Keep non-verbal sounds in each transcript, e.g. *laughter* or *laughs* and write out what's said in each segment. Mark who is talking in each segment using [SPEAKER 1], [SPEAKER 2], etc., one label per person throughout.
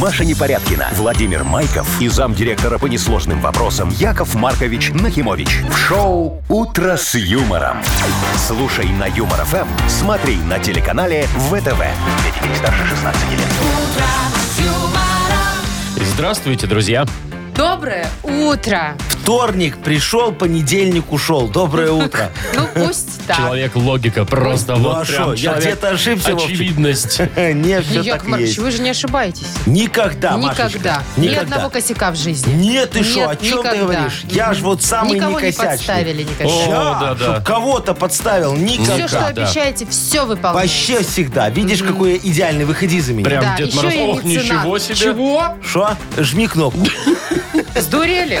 [SPEAKER 1] Маша Непорядкина, Владимир Майков и замдиректора по несложным вопросам Яков Маркович Нахимович. В шоу «Утро с юмором». Слушай на Юмор ФМ, смотри на телеканале ВТВ. детей старше 16 лет.
[SPEAKER 2] Здравствуйте, друзья.
[SPEAKER 3] Доброе утро.
[SPEAKER 4] Вторник пришел, понедельник ушел.
[SPEAKER 3] *laughs*
[SPEAKER 4] Доброе утро.
[SPEAKER 3] Ну пусть так.
[SPEAKER 2] Человек логика просто
[SPEAKER 4] Ну,
[SPEAKER 2] вот
[SPEAKER 4] а
[SPEAKER 2] прям
[SPEAKER 4] шо, я
[SPEAKER 2] человек
[SPEAKER 4] где-то ошибся, Вовчик.
[SPEAKER 2] Очевидность.
[SPEAKER 4] Не, все
[SPEAKER 3] Яков
[SPEAKER 4] так и
[SPEAKER 3] Маркович,
[SPEAKER 4] есть. А,
[SPEAKER 3] вы же не ошибаетесь.
[SPEAKER 4] Никогда,
[SPEAKER 3] Никогда.
[SPEAKER 4] Машечка.
[SPEAKER 3] Ни одного косяка в жизни.
[SPEAKER 4] Нет, ты что, о
[SPEAKER 3] Нет,
[SPEAKER 4] чем ты
[SPEAKER 3] никогда.
[SPEAKER 4] говоришь? Я ж вот самый
[SPEAKER 3] Никого не
[SPEAKER 4] некосячный.
[SPEAKER 3] подставили никогда.
[SPEAKER 2] О,
[SPEAKER 4] Ща,
[SPEAKER 2] да, да.
[SPEAKER 4] чтоб кого-то подставил,
[SPEAKER 3] Все, что
[SPEAKER 4] никогда.
[SPEAKER 2] да.
[SPEAKER 3] обещаете, все выполняете.
[SPEAKER 4] Вообще всегда. Видишь, какой я идеальный, выходи за меня.
[SPEAKER 2] Прям
[SPEAKER 3] Да,
[SPEAKER 2] Дед
[SPEAKER 3] еще
[SPEAKER 2] Мороз.
[SPEAKER 3] и
[SPEAKER 2] Ох,
[SPEAKER 3] меценат.
[SPEAKER 2] ничего себе.
[SPEAKER 3] Чего?
[SPEAKER 4] Что? Жми кнопку.
[SPEAKER 3] Сдурели?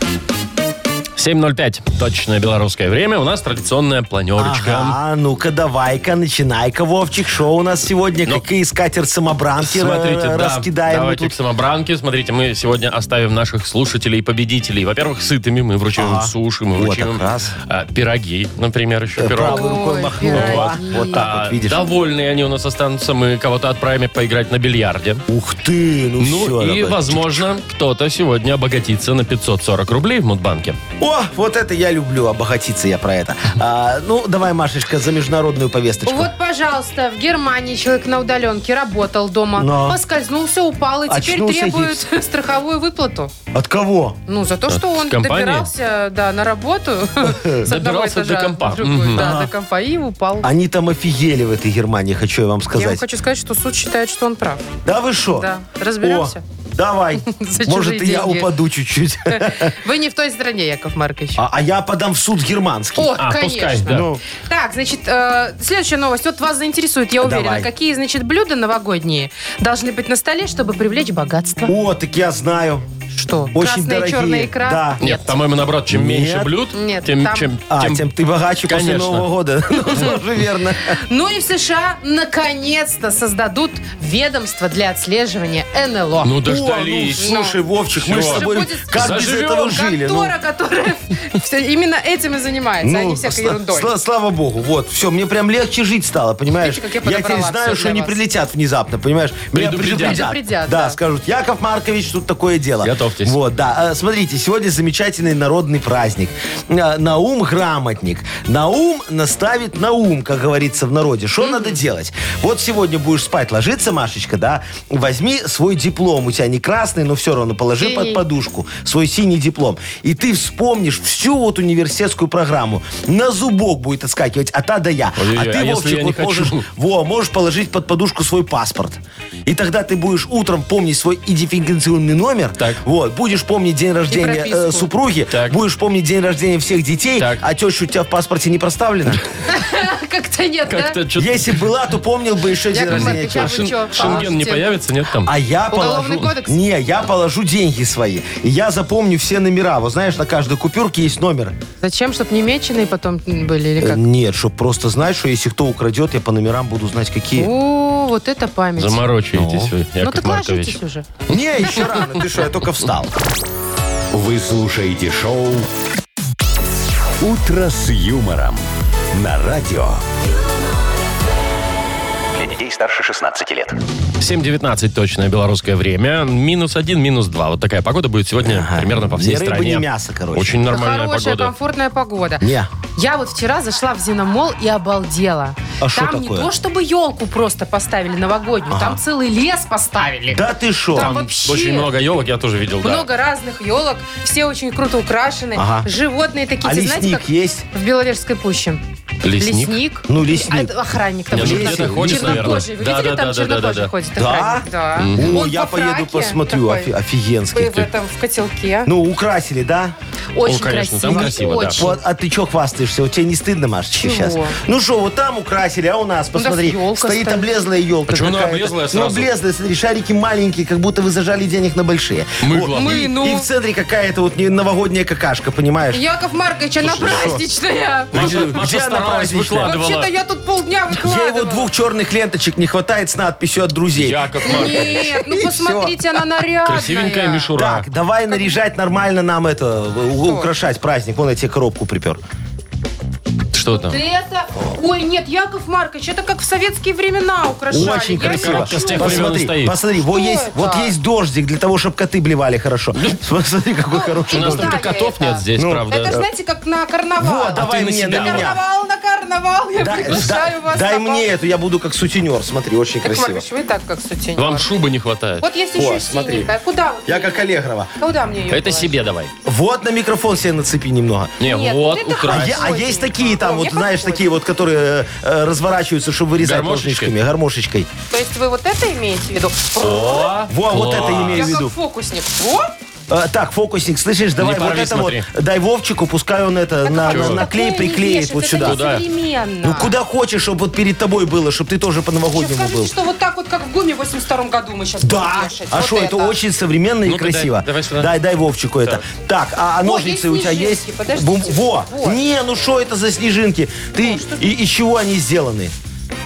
[SPEAKER 2] 7.05. Точное белорусское время. У нас традиционная планерочка.
[SPEAKER 4] А ну-ка, давай-ка, начинай-ка, Вовчик. Шо у нас сегодня? Какие скатер-самобранки
[SPEAKER 2] Ну. Смотрите,
[SPEAKER 4] ра-
[SPEAKER 2] да,
[SPEAKER 4] раскидаем мы
[SPEAKER 2] давайте
[SPEAKER 4] тут?
[SPEAKER 2] к самобранке. Смотрите, мы сегодня оставим наших слушателей и победителей. Во-первых, сытыми мы вручим им
[SPEAKER 4] Ага.
[SPEAKER 2] суши, мы
[SPEAKER 4] Вот
[SPEAKER 2] вручим
[SPEAKER 4] так
[SPEAKER 2] им
[SPEAKER 4] раз.
[SPEAKER 2] а, пироги, например, еще пирог.
[SPEAKER 4] Правой рукой
[SPEAKER 3] Ой,
[SPEAKER 4] махнул. Вот,
[SPEAKER 3] пироги.
[SPEAKER 4] вот так
[SPEAKER 2] А,
[SPEAKER 4] вот, видишь.
[SPEAKER 2] довольные они у нас останутся. Мы кого-то отправим поиграть на бильярде.
[SPEAKER 4] Ух ты, ну,
[SPEAKER 2] Ну
[SPEAKER 4] все.
[SPEAKER 2] и, возможно, кто-то сегодня обогатится на 540 рублей в Мудбанке.
[SPEAKER 4] О, вот это я люблю, обогатиться я про это. А, ну, давай, Машечка, за международную повесточку.
[SPEAKER 3] Вот, пожалуйста, в Германии человек на удаленке работал дома,
[SPEAKER 4] Но.
[SPEAKER 3] поскользнулся, упал и теперь
[SPEAKER 4] Очнулся и
[SPEAKER 3] требует *laughs*
[SPEAKER 4] гипс.
[SPEAKER 3] страховую выплату.
[SPEAKER 4] От кого?
[SPEAKER 3] Ну, за то, что он
[SPEAKER 2] компании?
[SPEAKER 3] добирался да, на работу
[SPEAKER 4] *laughs*
[SPEAKER 3] *laughs* с одного
[SPEAKER 2] Добирался до
[SPEAKER 3] этажа
[SPEAKER 2] компа.
[SPEAKER 3] в другой,
[SPEAKER 2] Мгм.
[SPEAKER 3] да, до компа, и упал.
[SPEAKER 4] Они там офигели в этой Германии, хочу я вам
[SPEAKER 3] Я вам
[SPEAKER 4] сказать.
[SPEAKER 3] хочу сказать, что суд считает, что он прав.
[SPEAKER 4] Да вы что?
[SPEAKER 3] Да, разберемся.
[SPEAKER 4] О, давай.
[SPEAKER 3] *laughs* За
[SPEAKER 4] Может, и
[SPEAKER 3] чужие
[SPEAKER 4] я
[SPEAKER 3] деньги.
[SPEAKER 4] упаду чуть-чуть.
[SPEAKER 3] Вы не в той стране, Яков Маркович.
[SPEAKER 4] А, а я подам в суд германский.
[SPEAKER 3] О,
[SPEAKER 2] А,
[SPEAKER 3] конечно.
[SPEAKER 2] пускай, да.
[SPEAKER 4] Ну.
[SPEAKER 3] Так, значит, э, следующая новость. Вот вас заинтересует, я уверена.
[SPEAKER 4] Давай.
[SPEAKER 3] Какие, значит, блюда новогодние должны быть на столе, чтобы привлечь богатство?
[SPEAKER 4] О, так я знаю.
[SPEAKER 3] Что?
[SPEAKER 4] Очень
[SPEAKER 3] Красная
[SPEAKER 4] дорогие.
[SPEAKER 3] черная икра?
[SPEAKER 4] Да.
[SPEAKER 2] Нет, по-моему, наоборот, чем
[SPEAKER 4] Нет.
[SPEAKER 2] меньше блюд,
[SPEAKER 3] Нет,
[SPEAKER 2] тем,
[SPEAKER 3] там-
[SPEAKER 2] чем,
[SPEAKER 4] А,
[SPEAKER 2] тем-
[SPEAKER 4] тем, ты богаче после
[SPEAKER 2] Конечно.
[SPEAKER 4] Нового года. *laughs* Ну, тоже верно.
[SPEAKER 3] Ну и в США наконец-то создадут ведомство для отслеживания НЛО.
[SPEAKER 2] Ну,
[SPEAKER 4] О,
[SPEAKER 2] дождались.
[SPEAKER 4] ну, слушай, Вовчик, мы
[SPEAKER 2] Всё.
[SPEAKER 4] с
[SPEAKER 3] Уже
[SPEAKER 4] тобой
[SPEAKER 3] будет
[SPEAKER 4] как без
[SPEAKER 2] заживем,
[SPEAKER 4] этого жили. ну.
[SPEAKER 3] Контора, которая всё- именно этим и занимается, а не всякой
[SPEAKER 4] сла-
[SPEAKER 3] ерундой.
[SPEAKER 4] сла- слава богу, вот, все, мне прям легче жить стало, понимаешь?
[SPEAKER 3] Видите, как я
[SPEAKER 4] теперь
[SPEAKER 3] подобрала
[SPEAKER 4] знаю,
[SPEAKER 3] всё
[SPEAKER 4] что
[SPEAKER 3] для
[SPEAKER 4] не
[SPEAKER 3] вас.
[SPEAKER 4] прилетят внезапно, понимаешь? Меня
[SPEAKER 2] Предупредят.
[SPEAKER 3] Предупредят,
[SPEAKER 4] да,
[SPEAKER 3] да.
[SPEAKER 4] скажут, Яков Маркович, тут такое дело.
[SPEAKER 2] Готовьтесь.
[SPEAKER 4] Вот, да. А, Смотрите, сегодня замечательный народный праздник. А, Наум грамотник. Наум наставит на ум, как говорится в народе. Что надо делать? Вот сегодня будешь спать ложиться, Машечка, да, возьми свой диплом. У тебя не красный, но все равно положи
[SPEAKER 3] Синий.
[SPEAKER 4] под подушку свой синий диплом. И ты вспомнишь всю вот университетскую программу. На зубок будет отскакивать от А до Я.
[SPEAKER 2] Ой-ой-ой,
[SPEAKER 4] а ты,
[SPEAKER 2] а если
[SPEAKER 4] Вовчик,
[SPEAKER 2] я
[SPEAKER 4] вот
[SPEAKER 2] не хочу?
[SPEAKER 4] можешь, во, можешь положить под подушку свой паспорт. И тогда ты будешь утром помнить свой идентификационный номер.
[SPEAKER 2] Так.
[SPEAKER 4] Вот, будешь помнить день рождения э,
[SPEAKER 3] прописку.
[SPEAKER 4] супруги,
[SPEAKER 2] Так.
[SPEAKER 4] будешь помнить день рождения всех детей,
[SPEAKER 2] Так.
[SPEAKER 4] а теща у тебя в паспорте не проставлена.
[SPEAKER 3] *laughs* Как-то нет, да?
[SPEAKER 2] Как-то *laughs* чё-то-
[SPEAKER 4] Если была, то помнил бы еще день
[SPEAKER 3] Яков
[SPEAKER 4] рождения
[SPEAKER 3] Маркович, а вы
[SPEAKER 4] тещи.
[SPEAKER 2] Шен-
[SPEAKER 3] чё,
[SPEAKER 2] Шенген не
[SPEAKER 3] поможете?
[SPEAKER 2] появится, нет там?
[SPEAKER 4] А я
[SPEAKER 3] Уголовный
[SPEAKER 4] положу...
[SPEAKER 3] кодекс?
[SPEAKER 4] Не, я положу деньги свои. И я запомню все номера. Вот знаешь, на каждой купюрке есть номер.
[SPEAKER 3] Зачем, чтобы не меченые потом были или
[SPEAKER 4] Э,
[SPEAKER 3] как?
[SPEAKER 4] Нет, чтобы просто знать, что если кто украдет, я по номерам буду знать, какие.
[SPEAKER 3] О, вот это память.
[SPEAKER 2] Заморочаетесь вы,
[SPEAKER 3] Ну
[SPEAKER 2] Яков
[SPEAKER 3] так
[SPEAKER 2] Маркович.
[SPEAKER 3] ложитесь уже.
[SPEAKER 4] Не, еще рано. Ты что, я только встал.
[SPEAKER 1] Вы слушаете шоу «Утро с юмором» на радио. Для детей старше 16 лет.
[SPEAKER 2] 7.19 точное белорусское время. Минус один, минус два. Вот такая погода будет сегодня
[SPEAKER 4] Ага.
[SPEAKER 2] примерно по всей
[SPEAKER 4] Ни рыбы,
[SPEAKER 2] стране.
[SPEAKER 4] ни мяса, короче.
[SPEAKER 2] Очень нормальная
[SPEAKER 3] Хорошая,
[SPEAKER 2] погода.
[SPEAKER 3] комфортная погода.
[SPEAKER 4] Не.
[SPEAKER 3] Я вот вчера зашла в Зеномол и обалдела.
[SPEAKER 4] А шо
[SPEAKER 3] там не
[SPEAKER 4] такое?
[SPEAKER 3] то, чтобы елку просто поставили новогоднюю, там целый лес поставили.
[SPEAKER 4] Да ты
[SPEAKER 3] Там
[SPEAKER 4] что?
[SPEAKER 3] вообще
[SPEAKER 2] Очень много елок, я тоже видел, да.
[SPEAKER 3] много разных елок, все очень круто украшены.
[SPEAKER 4] Ага.
[SPEAKER 3] Животные такие,
[SPEAKER 4] А
[SPEAKER 3] те, знаете,
[SPEAKER 4] лесник
[SPEAKER 3] как
[SPEAKER 4] есть?
[SPEAKER 3] в Беловежской пуще.
[SPEAKER 2] Лесник?
[SPEAKER 4] Ну, лесник.
[SPEAKER 3] А, Охранник там
[SPEAKER 2] Не,
[SPEAKER 4] ну,
[SPEAKER 3] очень
[SPEAKER 4] где-то
[SPEAKER 3] красивый.
[SPEAKER 4] ходит,
[SPEAKER 3] Чернокожий. Вы
[SPEAKER 2] наверное.
[SPEAKER 3] видели, там
[SPEAKER 2] Да-да-да-да-да-да.
[SPEAKER 3] чернокожий ходит
[SPEAKER 4] Да?
[SPEAKER 3] охранник? Да?
[SPEAKER 4] О,
[SPEAKER 3] Он
[SPEAKER 4] я
[SPEAKER 3] во фраке
[SPEAKER 4] поеду посмотрю.
[SPEAKER 3] такой.
[SPEAKER 4] Офи- Офигенский
[SPEAKER 3] Вы в
[SPEAKER 4] ты.
[SPEAKER 3] этом, в котелке.
[SPEAKER 4] Ну, украсили, да?
[SPEAKER 3] очень
[SPEAKER 2] конечно,
[SPEAKER 3] красиво.
[SPEAKER 2] там красиво, да.
[SPEAKER 3] очень.
[SPEAKER 4] Вот, а ты чё хвастаешься? Вот тебе не стыдно, Машечка,
[SPEAKER 3] Чего? Ну,
[SPEAKER 4] сейчас? Ну что, вот там украсили, а у нас,
[SPEAKER 3] нас
[SPEAKER 4] посмотри,
[SPEAKER 3] ёлка
[SPEAKER 4] стоит
[SPEAKER 3] стоит.
[SPEAKER 4] облезлая елка.
[SPEAKER 2] Почему А она облезлая
[SPEAKER 4] Ну,
[SPEAKER 2] сразу?
[SPEAKER 4] облезлая, смотри, шарики маленькие, как будто вы зажали денег на большие.
[SPEAKER 2] Мы
[SPEAKER 4] Вот,
[SPEAKER 2] главные.
[SPEAKER 3] Мы,
[SPEAKER 4] и-
[SPEAKER 3] ну.
[SPEAKER 4] И в центре какая-то вот не- новогодняя какашка, понимаешь?
[SPEAKER 3] Яков Маркович, она праздничная.
[SPEAKER 4] Где
[SPEAKER 2] Маша
[SPEAKER 4] она
[SPEAKER 2] старалась,
[SPEAKER 4] праздничное.
[SPEAKER 2] выкладывала.
[SPEAKER 3] Вообще-то я тут полдня выкладывала.
[SPEAKER 4] Я его двух черных ленточек не хватает с надписью от друзей.
[SPEAKER 2] Яков Маркович.
[SPEAKER 3] Нет, ну
[SPEAKER 4] И
[SPEAKER 3] посмотрите, она нарядная.
[SPEAKER 2] Красивенькая мишура.
[SPEAKER 4] Так, давай наряжать нормально нам это, у- украшать праздник. Вон я тебе коробку припер.
[SPEAKER 2] Что там?
[SPEAKER 3] Да это... Ой, нет, Яков Маркович, это как в советские времена украшали.
[SPEAKER 4] Очень
[SPEAKER 3] Я не
[SPEAKER 4] красиво.
[SPEAKER 2] хочу. С тех времен
[SPEAKER 4] Посмотри,
[SPEAKER 2] стоит.
[SPEAKER 4] посмотри, вот есть,
[SPEAKER 3] это?
[SPEAKER 4] вот есть дождик для того, чтобы коты блевали хорошо.
[SPEAKER 2] Ну.
[SPEAKER 4] *laughs* Посмотри,
[SPEAKER 3] Ну,
[SPEAKER 4] какой хороший
[SPEAKER 2] У нас
[SPEAKER 4] дождик.
[SPEAKER 2] Ну, только
[SPEAKER 3] Италия
[SPEAKER 2] котов
[SPEAKER 3] это.
[SPEAKER 2] нет здесь,
[SPEAKER 4] Ну.
[SPEAKER 2] правда.
[SPEAKER 3] Это, знаете, как на карнавал.
[SPEAKER 4] Вот, давай
[SPEAKER 2] А ты на
[SPEAKER 4] мне,
[SPEAKER 2] себя.
[SPEAKER 4] на меня.
[SPEAKER 3] Карнавал на карнавал, я
[SPEAKER 4] Дай,
[SPEAKER 3] приглашаю
[SPEAKER 4] дай-
[SPEAKER 3] вас.
[SPEAKER 4] дай
[SPEAKER 3] на бал.
[SPEAKER 4] мне эту, я буду как сутенер. Смотри, очень
[SPEAKER 3] Яков
[SPEAKER 4] красиво.
[SPEAKER 3] Маркович, вы и так как сутенер.
[SPEAKER 2] Вам шубы не хватает.
[SPEAKER 3] Вот есть
[SPEAKER 4] О,
[SPEAKER 3] еще
[SPEAKER 4] смотри.
[SPEAKER 3] синенькая. Куда? вот
[SPEAKER 4] Я
[SPEAKER 3] мне-
[SPEAKER 4] как Аллегрова.
[SPEAKER 3] Куда мне ее
[SPEAKER 2] Это себе давай.
[SPEAKER 4] Вот на микрофон себе нацепи немного.
[SPEAKER 2] Не,
[SPEAKER 3] Нет,
[SPEAKER 2] вот,
[SPEAKER 3] вот это
[SPEAKER 4] А,
[SPEAKER 2] украсть.
[SPEAKER 4] я- а есть такие там,
[SPEAKER 3] О,
[SPEAKER 4] вот
[SPEAKER 3] мне
[SPEAKER 4] знаешь,
[SPEAKER 3] подходит.
[SPEAKER 4] такие вот, которые э, разворачиваются, чтобы вырезать
[SPEAKER 2] Гармошечкой?
[SPEAKER 4] ножничками, гармошечкой.
[SPEAKER 3] То есть вы вот это имеете в виду?
[SPEAKER 2] О,
[SPEAKER 4] Во,
[SPEAKER 2] класс.
[SPEAKER 4] вот это
[SPEAKER 3] Я
[SPEAKER 4] имею
[SPEAKER 3] как
[SPEAKER 4] в виду.
[SPEAKER 3] фокусник. Во!
[SPEAKER 4] Э, так, фокусник, слышишь, давай вот
[SPEAKER 2] порви,
[SPEAKER 4] это
[SPEAKER 2] смотри.
[SPEAKER 4] вот, дай Вовчику, пускай он это на,
[SPEAKER 2] Маркович,
[SPEAKER 4] на- на клей
[SPEAKER 3] такое не
[SPEAKER 4] приклеит
[SPEAKER 3] вешать,
[SPEAKER 4] вот
[SPEAKER 3] это
[SPEAKER 4] сюда.
[SPEAKER 3] не
[SPEAKER 2] Куда?
[SPEAKER 3] современно.
[SPEAKER 4] Ну куда хочешь, чтобы вот перед тобой было, чтобы ты тоже
[SPEAKER 3] Сейчас
[SPEAKER 4] по-новогоднему
[SPEAKER 3] скажите,
[SPEAKER 4] был.
[SPEAKER 3] что вот так вот, как в ГУМе в 82 году мы сейчас
[SPEAKER 4] Да, а что, это. очень современно и
[SPEAKER 2] Ну-ка, дай-
[SPEAKER 4] красиво.
[SPEAKER 2] давай сюда.
[SPEAKER 4] Дай, дай Вовчику это. Так, а, а
[SPEAKER 3] есть
[SPEAKER 4] ножницы у тебя
[SPEAKER 3] снежинки,
[SPEAKER 4] есть?
[SPEAKER 3] подождите.
[SPEAKER 4] Бум- Во,
[SPEAKER 3] Вот. Ну,
[SPEAKER 4] не, ну что это за снежинки? Ты, и, из чего они сделаны?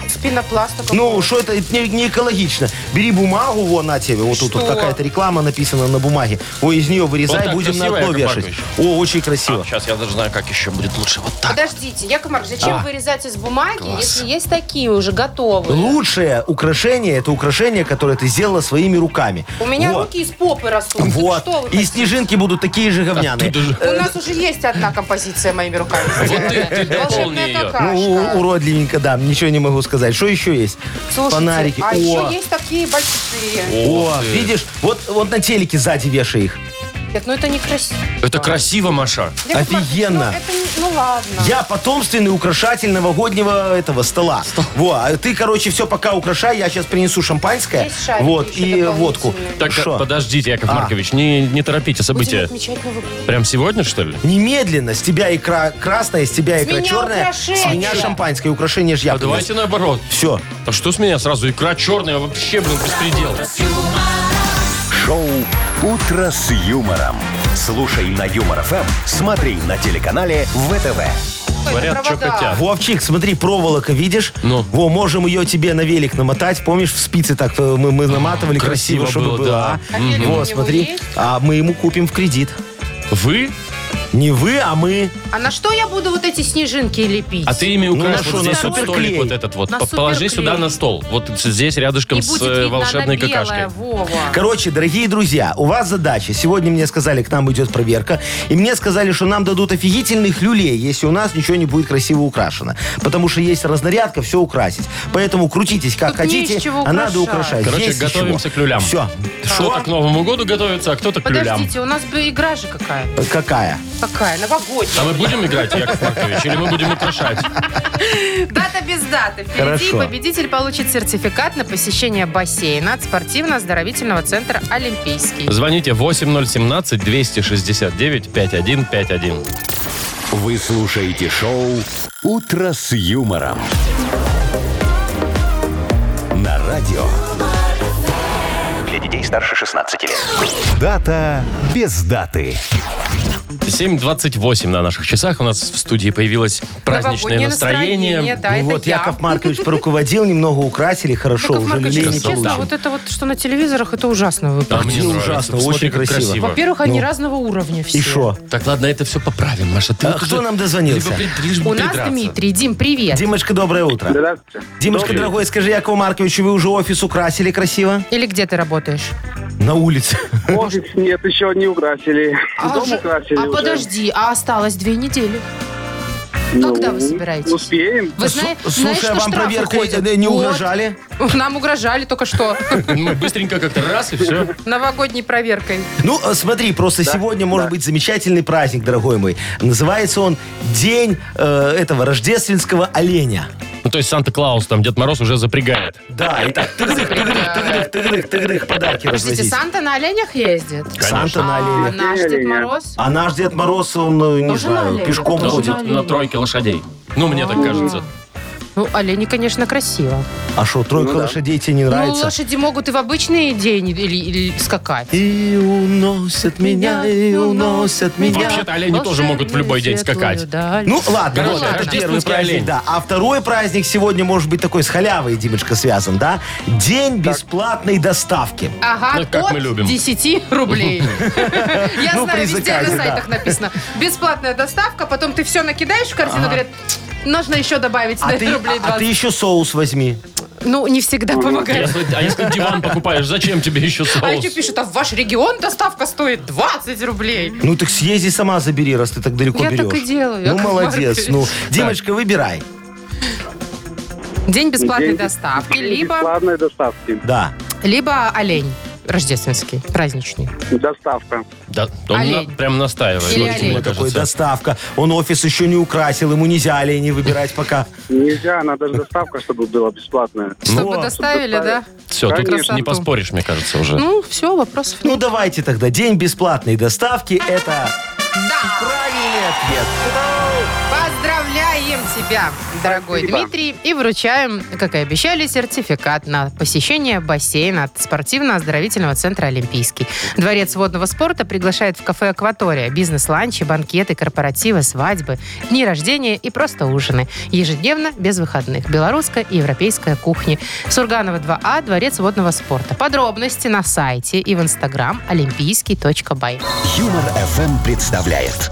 [SPEAKER 3] Спинопласт.
[SPEAKER 4] Ну, что это, это не, не экологично. Бери бумагу, вон на тебе, вот тут вот
[SPEAKER 3] Что?
[SPEAKER 4] какая-то реклама написана на бумаге. Ой, из нее
[SPEAKER 2] Вот
[SPEAKER 4] вырезай,
[SPEAKER 2] так
[SPEAKER 4] будем на
[SPEAKER 2] красиво,
[SPEAKER 4] окно
[SPEAKER 2] Яков
[SPEAKER 4] вешать.
[SPEAKER 2] Маркович? А,
[SPEAKER 4] О, очень красиво.
[SPEAKER 2] Сейчас я даже знаю, как еще будет лучше. Вот так.
[SPEAKER 3] Подождите, Яков Маркович, зачем
[SPEAKER 2] А.
[SPEAKER 3] вырезать из бумаги,
[SPEAKER 2] Класс.
[SPEAKER 3] если есть такие уже готовые?
[SPEAKER 4] Ну, Лучшее украшение это украшение, которое ты сделала своими руками.
[SPEAKER 3] У меня
[SPEAKER 4] вот.
[SPEAKER 3] руки из попы растут. Так
[SPEAKER 4] *laughs* Вот.
[SPEAKER 3] Что вы
[SPEAKER 4] И э,
[SPEAKER 3] хотите?
[SPEAKER 4] снежинки будут такие же говняные.
[SPEAKER 2] Оттуда А же.
[SPEAKER 3] У нас уже есть одна композиция моими руками. сделанная.
[SPEAKER 2] ты дополни
[SPEAKER 3] Волшебная
[SPEAKER 2] ее.
[SPEAKER 3] какашка.
[SPEAKER 4] Ну, у- уродливенько, да, ничего не могу сказать. Что еще есть?
[SPEAKER 3] Слушайте,
[SPEAKER 4] Фонарики.
[SPEAKER 3] а
[SPEAKER 4] О,
[SPEAKER 3] еще есть такие большие.
[SPEAKER 4] о,
[SPEAKER 2] Ух ты.
[SPEAKER 4] видишь, вот, вот на телеке сзади вешай их.
[SPEAKER 3] Нет, ну это не красиво.
[SPEAKER 2] Это красиво, Маша.
[SPEAKER 3] Яков Маркович,
[SPEAKER 4] Офигенно.
[SPEAKER 3] Ну, это не- ну ладно.
[SPEAKER 4] Я потомственный украшатель новогоднего этого стола. Во, а ты, короче, все пока украшай, я сейчас принесу шампанское.
[SPEAKER 3] Есть шарики
[SPEAKER 4] Вот,
[SPEAKER 3] еще
[SPEAKER 4] и
[SPEAKER 3] дополнительные.
[SPEAKER 4] водку.
[SPEAKER 2] Так,
[SPEAKER 4] Шо?
[SPEAKER 2] подождите, Яков
[SPEAKER 4] А.
[SPEAKER 2] Маркович, не, не торопите
[SPEAKER 3] Будем
[SPEAKER 2] события.
[SPEAKER 3] отмечать Новый год.
[SPEAKER 2] Прям сегодня, что ли?
[SPEAKER 4] Немедленно, с тебя икра красная, с тебя
[SPEAKER 3] С
[SPEAKER 4] икра
[SPEAKER 3] меня
[SPEAKER 4] черная, с
[SPEAKER 3] украшение.
[SPEAKER 4] меня шампанское, украшение ж я
[SPEAKER 2] А давайте наоборот.
[SPEAKER 4] Все.
[SPEAKER 2] А что с меня сразу? Икра черная, вообще, блин, беспредел.
[SPEAKER 1] Шоу «Утро с юмором». Слушай на Юмор ФМ, смотри на телеканале ВТВ.
[SPEAKER 3] Ой,
[SPEAKER 2] Говорят,
[SPEAKER 3] это
[SPEAKER 2] что
[SPEAKER 3] провода.
[SPEAKER 2] хотят.
[SPEAKER 4] Вовчик, смотри, проволока, видишь?
[SPEAKER 2] Ну.
[SPEAKER 4] Во, можем ее тебе на велик намотать. Помнишь, в спицы так э, мы, мы наматывали красиво,
[SPEAKER 2] красиво было,
[SPEAKER 4] чтобы было.
[SPEAKER 2] да.
[SPEAKER 4] а?
[SPEAKER 3] А велик у
[SPEAKER 4] Во,
[SPEAKER 3] него
[SPEAKER 4] смотри.
[SPEAKER 3] есть?
[SPEAKER 4] А мы ему купим в кредит.
[SPEAKER 2] Вы?
[SPEAKER 4] Не вы, а мы.
[SPEAKER 3] А на что я буду вот эти снежинки лепить?
[SPEAKER 2] А ты ими
[SPEAKER 4] на
[SPEAKER 2] украшь вот
[SPEAKER 4] шо, Ну, на
[SPEAKER 2] здесь вот
[SPEAKER 4] суперклей?
[SPEAKER 2] столик вот этот вот.
[SPEAKER 3] На
[SPEAKER 2] П- Положи
[SPEAKER 3] суперклей.
[SPEAKER 2] сюда на стол. Вот здесь рядышком
[SPEAKER 3] И
[SPEAKER 2] с
[SPEAKER 3] будет
[SPEAKER 2] э,
[SPEAKER 3] видно,
[SPEAKER 2] волшебной
[SPEAKER 3] она белая,
[SPEAKER 2] какашкой.
[SPEAKER 3] Вова.
[SPEAKER 4] Короче, дорогие друзья, у вас задача. Сегодня мне сказали, к нам идет проверка. И мне сказали, что нам дадут офигительных люлей, если у нас ничего не будет красиво украшено. Потому что есть разнарядка, все украсить. Поэтому крутитесь как
[SPEAKER 3] Тут не из
[SPEAKER 4] хотите,
[SPEAKER 3] чего
[SPEAKER 4] а надо
[SPEAKER 3] украшать.
[SPEAKER 4] украшать.
[SPEAKER 2] Короче,
[SPEAKER 4] Есть из
[SPEAKER 2] готовимся
[SPEAKER 4] чего.
[SPEAKER 2] к люлям.
[SPEAKER 4] Все.
[SPEAKER 2] Что-то к Новому году готовится, а кто-то к люлям.
[SPEAKER 3] Подождите, у нас бы игра же какая.
[SPEAKER 4] Какая?
[SPEAKER 3] Какая? Новогодняя.
[SPEAKER 2] А мы будем играть, Яков Маркович, или мы будем украшать?
[SPEAKER 3] Дата без даты. Впереди
[SPEAKER 4] Хорошо.
[SPEAKER 3] победитель получит сертификат на посещение бассейна от спортивно-оздоровительного центра «Олимпийский».
[SPEAKER 2] Звоните 8017-269-5151.
[SPEAKER 1] Вы слушаете шоу «Утро с юмором». На радио.
[SPEAKER 5] Для детей старше 16 лет.
[SPEAKER 1] Дата без даты.
[SPEAKER 2] 7.28 на наших часах. У нас в студии появилось праздничное
[SPEAKER 3] Новогоднее
[SPEAKER 2] настроение.
[SPEAKER 3] настроение, да,
[SPEAKER 4] Ну
[SPEAKER 3] А это
[SPEAKER 4] вот
[SPEAKER 3] я.
[SPEAKER 4] Яков Маркович поруководил, немного украсили, хорошо,
[SPEAKER 3] Яков
[SPEAKER 4] уже
[SPEAKER 3] Маркович,
[SPEAKER 4] люлей не
[SPEAKER 3] если честно,
[SPEAKER 4] получим.
[SPEAKER 3] вот это вот, что на телевизорах, это ужасно
[SPEAKER 2] Да,
[SPEAKER 3] выглядит.
[SPEAKER 2] мне
[SPEAKER 4] Ужасно,
[SPEAKER 2] нравится. Посмотри,
[SPEAKER 4] очень
[SPEAKER 2] как
[SPEAKER 4] красиво.
[SPEAKER 3] Во-первых, они
[SPEAKER 2] Ну,
[SPEAKER 3] разного уровня все.
[SPEAKER 4] И шо?
[SPEAKER 2] Так, ладно, это все поправим, Маша. Ты
[SPEAKER 4] А
[SPEAKER 2] вот
[SPEAKER 4] кто
[SPEAKER 2] уже-
[SPEAKER 4] нам дозвонился?
[SPEAKER 2] Либо при- лишь бы
[SPEAKER 3] У нас
[SPEAKER 2] придраться.
[SPEAKER 3] Дмитрий. Дим, привет.
[SPEAKER 4] Димочка, доброе утро.
[SPEAKER 6] Здравствуйте.
[SPEAKER 4] Димочка,
[SPEAKER 6] Добрый.
[SPEAKER 4] дорогой, скажи, Якову Марковичу, вы уже офис украсили красиво?
[SPEAKER 3] Или где ты работаешь?
[SPEAKER 4] На улице.
[SPEAKER 6] Офис нет, еще не украсили. Дом
[SPEAKER 3] же-
[SPEAKER 6] украсили
[SPEAKER 3] а
[SPEAKER 6] уже.
[SPEAKER 3] подожди, а осталось две недели.
[SPEAKER 6] Ну,
[SPEAKER 3] когда вы собираетесь?
[SPEAKER 6] Успеем.
[SPEAKER 3] Вы
[SPEAKER 4] Слу-
[SPEAKER 3] зна- знаешь,
[SPEAKER 4] Слушай, а
[SPEAKER 3] что
[SPEAKER 4] вам
[SPEAKER 3] штрафы
[SPEAKER 4] проверку
[SPEAKER 3] ходят?
[SPEAKER 4] э, не
[SPEAKER 3] Вот.
[SPEAKER 4] угрожали?
[SPEAKER 3] *laughs* Нам угрожали только что. *laughs*
[SPEAKER 2] Ну, Мы быстренько как-то раз и все.
[SPEAKER 3] Новогодней проверкой.
[SPEAKER 4] Ну, э, смотри, просто сегодня может быть замечательный праздник, дорогой мой. Называется он День э, этого рождественского оленя.
[SPEAKER 2] Ну, то есть Санта-Клаус, там Дед Мороз уже запрягает.
[SPEAKER 4] Да, и так тыгрых, тыгрых, тыгрых, тыгрых, тыгрых, подарки
[SPEAKER 3] Подождите,
[SPEAKER 4] развозить.
[SPEAKER 3] Санта на оленях ездит?
[SPEAKER 4] Санта на
[SPEAKER 3] А
[SPEAKER 4] оленях.
[SPEAKER 3] наш Дед
[SPEAKER 6] Оленя.
[SPEAKER 3] Мороз?
[SPEAKER 4] А наш Дед Мороз, он, э, не
[SPEAKER 3] Тоже на
[SPEAKER 4] знаю,
[SPEAKER 3] оленях?
[SPEAKER 4] пешком
[SPEAKER 3] Тоже
[SPEAKER 2] Должен
[SPEAKER 4] ходит.
[SPEAKER 3] на А.
[SPEAKER 2] на тройке лошадей. Ну, мне так кажется.
[SPEAKER 3] Ну, олени, конечно, красиво.
[SPEAKER 4] А что, тройка
[SPEAKER 6] Ну да.
[SPEAKER 4] лошадей тебе не
[SPEAKER 3] Ну,
[SPEAKER 4] нравится?
[SPEAKER 3] лошади могут и в обычный день или, или скакать.
[SPEAKER 4] И уносят меня, и уносят меня.
[SPEAKER 2] Вообще-то олени тоже могут в любой день
[SPEAKER 3] Волшебную
[SPEAKER 2] скакать.
[SPEAKER 3] светлую даль.
[SPEAKER 4] Ну ладно,
[SPEAKER 2] Короче,
[SPEAKER 4] вот это
[SPEAKER 2] рождественский
[SPEAKER 4] первый праздник,
[SPEAKER 2] олень.
[SPEAKER 4] да. А второй праздник сегодня может быть такой с халявой, Димочка, связан, да? День бесплатной доставки.
[SPEAKER 3] Ага,
[SPEAKER 2] Ну, как
[SPEAKER 3] от
[SPEAKER 2] мы любим.
[SPEAKER 3] 10 рублей. Я
[SPEAKER 4] Ну,
[SPEAKER 3] знаю,
[SPEAKER 4] при
[SPEAKER 3] везде на
[SPEAKER 4] заказе, да.
[SPEAKER 3] сайтах написано. Бесплатная доставка, потом ты все накидаешь в корзину, говорят, нужно еще добавить
[SPEAKER 4] А ты,
[SPEAKER 3] *laughs* рублей
[SPEAKER 4] а ты
[SPEAKER 3] 20.
[SPEAKER 4] еще соус возьми.
[SPEAKER 3] Ну, не всегда помогает.
[SPEAKER 2] Если- а если диван покупаешь, зачем тебе еще
[SPEAKER 3] А еще
[SPEAKER 2] соус?
[SPEAKER 3] пишут, а в ваш регион доставка стоит 20 рублей.
[SPEAKER 4] Ну так съезди сама забери, раз ты так далеко
[SPEAKER 3] Я так
[SPEAKER 4] берешь.
[SPEAKER 3] и делаю,
[SPEAKER 4] Ну
[SPEAKER 3] Яков
[SPEAKER 4] молодец.
[SPEAKER 3] Маркович.
[SPEAKER 4] Ну, Димочка, выбирай.
[SPEAKER 3] День бесплатной
[SPEAKER 6] День-
[SPEAKER 3] доставки,
[SPEAKER 6] день
[SPEAKER 3] либо,
[SPEAKER 6] Бесплатной доставки.
[SPEAKER 4] Да.
[SPEAKER 3] либо олень рождественский, праздничный.
[SPEAKER 6] Доставка.
[SPEAKER 2] Да, он на-
[SPEAKER 3] Олень.
[SPEAKER 2] прям настаивает.
[SPEAKER 3] Или
[SPEAKER 2] Максим,
[SPEAKER 3] олень.
[SPEAKER 2] мне
[SPEAKER 4] Такой
[SPEAKER 2] кажется.
[SPEAKER 4] доставка. Он офис еще не украсил, ему нельзя оленей выбирать пока.
[SPEAKER 6] Нельзя, надо же доставка, чтобы была бесплатная.
[SPEAKER 3] Чтобы
[SPEAKER 4] Ну,
[SPEAKER 3] доставили,
[SPEAKER 6] чтобы
[SPEAKER 3] да?
[SPEAKER 2] Все, тут
[SPEAKER 6] Конечно.
[SPEAKER 2] не поспоришь, мне кажется, уже.
[SPEAKER 3] Ну, все, вопросов
[SPEAKER 4] Ну
[SPEAKER 3] нет.
[SPEAKER 4] давайте тогда. День бесплатной доставки это
[SPEAKER 3] Да,
[SPEAKER 4] правильный ответ.
[SPEAKER 3] поздравляем тебя, дорогой Дмитрий, и вручаем, как и обещали, сертификат на посещение бассейна от спортивно-оздоровительного центра «Олимпийский». Дворец водного спорта приглашает в кафе «Акватория» бизнес-ланчи, банкеты, корпоративы, свадьбы, дни рождения и просто ужины. Ежедневно, без выходных. Белорусская и европейская кухни. Сурганова 2А, А, Дворец водного спорта. Подробности на сайте и в инстаграм олимпийский.бай.
[SPEAKER 1] Юмор FM представляет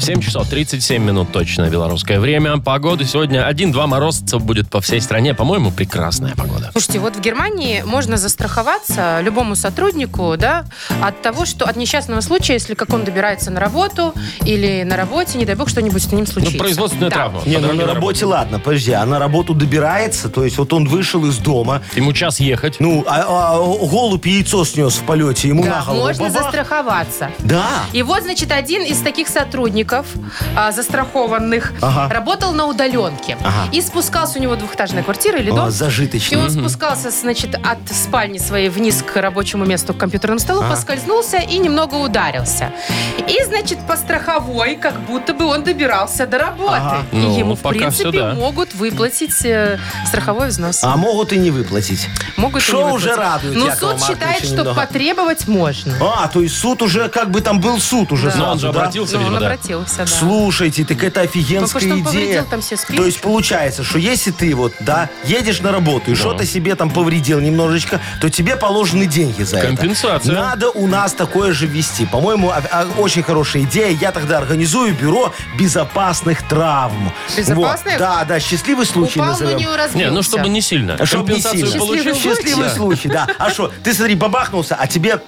[SPEAKER 2] 7 часов 37 минут точное белорусское время. Погода сегодня 1-2 морозца будет по всей стране. По-моему, прекрасная погода.
[SPEAKER 3] Слушайте, вот в Германии можно застраховаться любому сотруднику, да, от того, что от несчастного случая, если как он добирается на работу или на работе, не дай бог, что-нибудь с ним случится.
[SPEAKER 2] Ну, производственная
[SPEAKER 3] Да.
[SPEAKER 2] травма.
[SPEAKER 4] Не,
[SPEAKER 2] По
[SPEAKER 4] ну
[SPEAKER 2] дороге
[SPEAKER 4] на
[SPEAKER 2] на работу.
[SPEAKER 4] работе ладно, подожди, а на работу добирается, то есть вот он вышел из дома,
[SPEAKER 2] Ему час ехать.
[SPEAKER 4] ну, а, а голубь яйцо снес в полете, ему на
[SPEAKER 3] Да,
[SPEAKER 4] голову.
[SPEAKER 3] можно
[SPEAKER 4] бабах.
[SPEAKER 3] застраховаться.
[SPEAKER 4] Да.
[SPEAKER 3] И вот, значит, один из таких сотрудников, а, застрахованных,
[SPEAKER 4] Ага.
[SPEAKER 3] работал на удаленке.
[SPEAKER 4] Ага.
[SPEAKER 3] И спускался, у него двухэтажная квартира или дом.
[SPEAKER 4] О,
[SPEAKER 3] И
[SPEAKER 4] А, зажиточный.
[SPEAKER 3] он спускался, значит, от спальни своей вниз к рабочему месту, к компьютерному столу, поскользнулся и немного ударился. И, значит, по страховой, как будто бы он добирался до работы.
[SPEAKER 4] Ага.
[SPEAKER 3] И
[SPEAKER 2] Ну,
[SPEAKER 3] ему, в
[SPEAKER 2] пока всё
[SPEAKER 3] принципе,
[SPEAKER 2] да.
[SPEAKER 3] могут выплатить э, страховой взнос.
[SPEAKER 4] А могут и не выплатить.
[SPEAKER 3] Могут и
[SPEAKER 4] шо
[SPEAKER 3] не выплатить.
[SPEAKER 4] уже радует,
[SPEAKER 3] Но
[SPEAKER 4] Якова
[SPEAKER 3] суд
[SPEAKER 4] Марковича
[SPEAKER 3] считает, что
[SPEAKER 4] немного.
[SPEAKER 3] потребовать можно.
[SPEAKER 4] А, то есть суд уже, как бы там был суд уже
[SPEAKER 3] Да.
[SPEAKER 2] Но Ну, он
[SPEAKER 4] сразу,
[SPEAKER 2] же
[SPEAKER 4] да?
[SPEAKER 2] обратился,
[SPEAKER 3] Но он
[SPEAKER 2] видимо, да.
[SPEAKER 3] обратился, да.
[SPEAKER 4] Слушайте, так это
[SPEAKER 3] Ну, потому
[SPEAKER 4] офигенская
[SPEAKER 3] что он
[SPEAKER 4] идея.
[SPEAKER 3] повредил там все спички.
[SPEAKER 4] То есть получается, что если ты вот, да, едешь на работу и что-то себе там повредил немножечко, то тебе положены деньги за
[SPEAKER 2] Компенсация.
[SPEAKER 4] это. Надо у нас такое же вести. По-моему, а- а- очень хорошая идея. Я тогда организую бюро безопасных травм.
[SPEAKER 3] Безопасных?
[SPEAKER 4] Вот. Да, да, счастливый случай
[SPEAKER 3] Упал, но
[SPEAKER 4] назовем.
[SPEAKER 3] не разбился.
[SPEAKER 2] Не, ну чтобы не сильно.
[SPEAKER 4] А чтоб не
[SPEAKER 2] Компенсацию
[SPEAKER 4] сильно.
[SPEAKER 2] получил.
[SPEAKER 3] Счастливый случай.
[SPEAKER 4] Счастливый случай, да. А что, ты смотри, бабахнулся, а тебе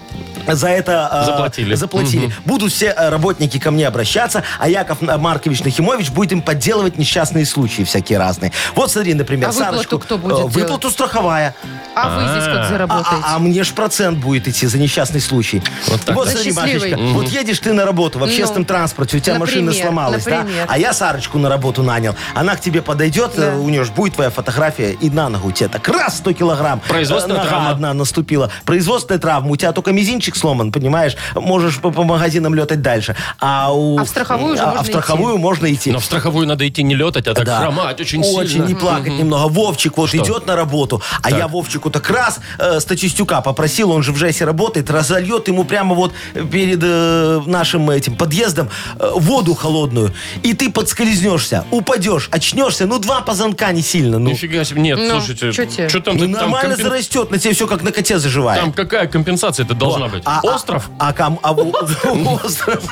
[SPEAKER 4] за это э,
[SPEAKER 2] Заплатили.
[SPEAKER 4] заплатили. Будут все э, работники ко мне обращаться, а Яков э, Маркович Нахимович будет им подделывать несчастные случаи всякие разные. Вот смотри, например,
[SPEAKER 3] А выплату
[SPEAKER 4] Сарочку,
[SPEAKER 3] кто будет
[SPEAKER 4] э,
[SPEAKER 3] делать?
[SPEAKER 4] Выплату страховая.
[SPEAKER 3] А вы здесь как
[SPEAKER 4] А,
[SPEAKER 3] заработаете?
[SPEAKER 4] а- а мне ж процент будет идти за несчастный случай.
[SPEAKER 2] Вот так вот.
[SPEAKER 4] смотри,
[SPEAKER 3] За счастливый.
[SPEAKER 4] Машечка, вот едешь ты на работу в общественном
[SPEAKER 3] Ну.
[SPEAKER 4] транспорте, у тебя машина
[SPEAKER 3] Например,
[SPEAKER 4] сломалась, да?
[SPEAKER 3] например.
[SPEAKER 4] А я Сарочку на работу нанял. Она к тебе подойдет,
[SPEAKER 3] Да.
[SPEAKER 4] э, у нее же будет твоя фотография, и на ногу тебе так раз 100 килограмм.
[SPEAKER 2] Производственная
[SPEAKER 4] Э, нога
[SPEAKER 2] травма.
[SPEAKER 4] одна наступила. Производственная травма. У тебя только мизинчик сломан, понимаешь? Можешь по, по магазинам летать дальше. А, у,
[SPEAKER 3] А в страховую же
[SPEAKER 4] а- а
[SPEAKER 3] можно
[SPEAKER 4] в страховую можно идти.
[SPEAKER 2] Но в страховую надо идти не летать, а так
[SPEAKER 4] Да.
[SPEAKER 2] хромать очень, сильно.
[SPEAKER 4] не плакать немного. Вовчик вот идет на работу, а я Вовчику так раз э, статистюка попросил, он же в ЖЭСе работает, разольет ему прямо вот перед э, нашим этим подъездом э, воду холодную. И ты подскользнешься, упадешь, очнешься, ну два позвонка не сильно. Ну,
[SPEAKER 2] Нифига себе. Нет,
[SPEAKER 3] Ну,
[SPEAKER 2] слушайте.
[SPEAKER 3] чё тебе?
[SPEAKER 2] Что там?
[SPEAKER 4] Ну,
[SPEAKER 2] там
[SPEAKER 4] нормально
[SPEAKER 2] компен-
[SPEAKER 4] зарастет, на тебе все как на коте заживает.
[SPEAKER 2] Там какая компенсация это должна быть?
[SPEAKER 4] А- а-
[SPEAKER 2] Остров?
[SPEAKER 4] А, кам-
[SPEAKER 2] *laughs*
[SPEAKER 4] а у- остров.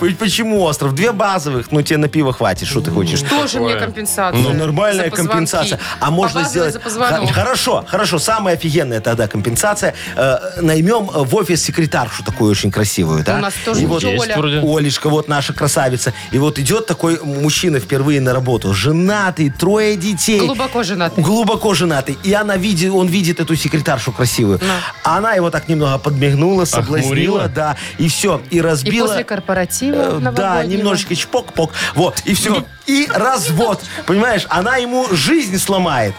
[SPEAKER 4] П- Почему остров? Две базовых, ну тебе на пиво хватит, что ты хочешь.
[SPEAKER 3] Тоже мне компенсация.
[SPEAKER 4] а Ну, нормальная
[SPEAKER 3] За позвонки.
[SPEAKER 4] компенсация. А можно
[SPEAKER 3] Побазовая
[SPEAKER 4] сделать...
[SPEAKER 3] за позвонок.
[SPEAKER 4] Х- Хорошо, хорошо. Самая офигенная тогда компенсация. Э, наймем э, в офис секретаршу такую очень красивую, да?
[SPEAKER 3] У нас тоже
[SPEAKER 4] И вот
[SPEAKER 3] есть
[SPEAKER 2] Есть
[SPEAKER 3] Оля.
[SPEAKER 2] вроде.
[SPEAKER 4] Олечка, вот наша красавица. И вот идет такой мужчина впервые на работу. Женатый, трое детей.
[SPEAKER 3] Глубоко женатый.
[SPEAKER 4] Глубоко женатый. И она видит, он видит эту секретаршу красивую. Она его так немного подмигнула,
[SPEAKER 2] Охмурила?
[SPEAKER 4] соблазнила, да. И все. И
[SPEAKER 3] И
[SPEAKER 4] разбила.
[SPEAKER 3] после корпоратива
[SPEAKER 4] Э, Да,
[SPEAKER 3] новогоднего.
[SPEAKER 4] немножечко чпок-пок. Вот, и все. И развод. Понимаешь, она ему жизнь сломает.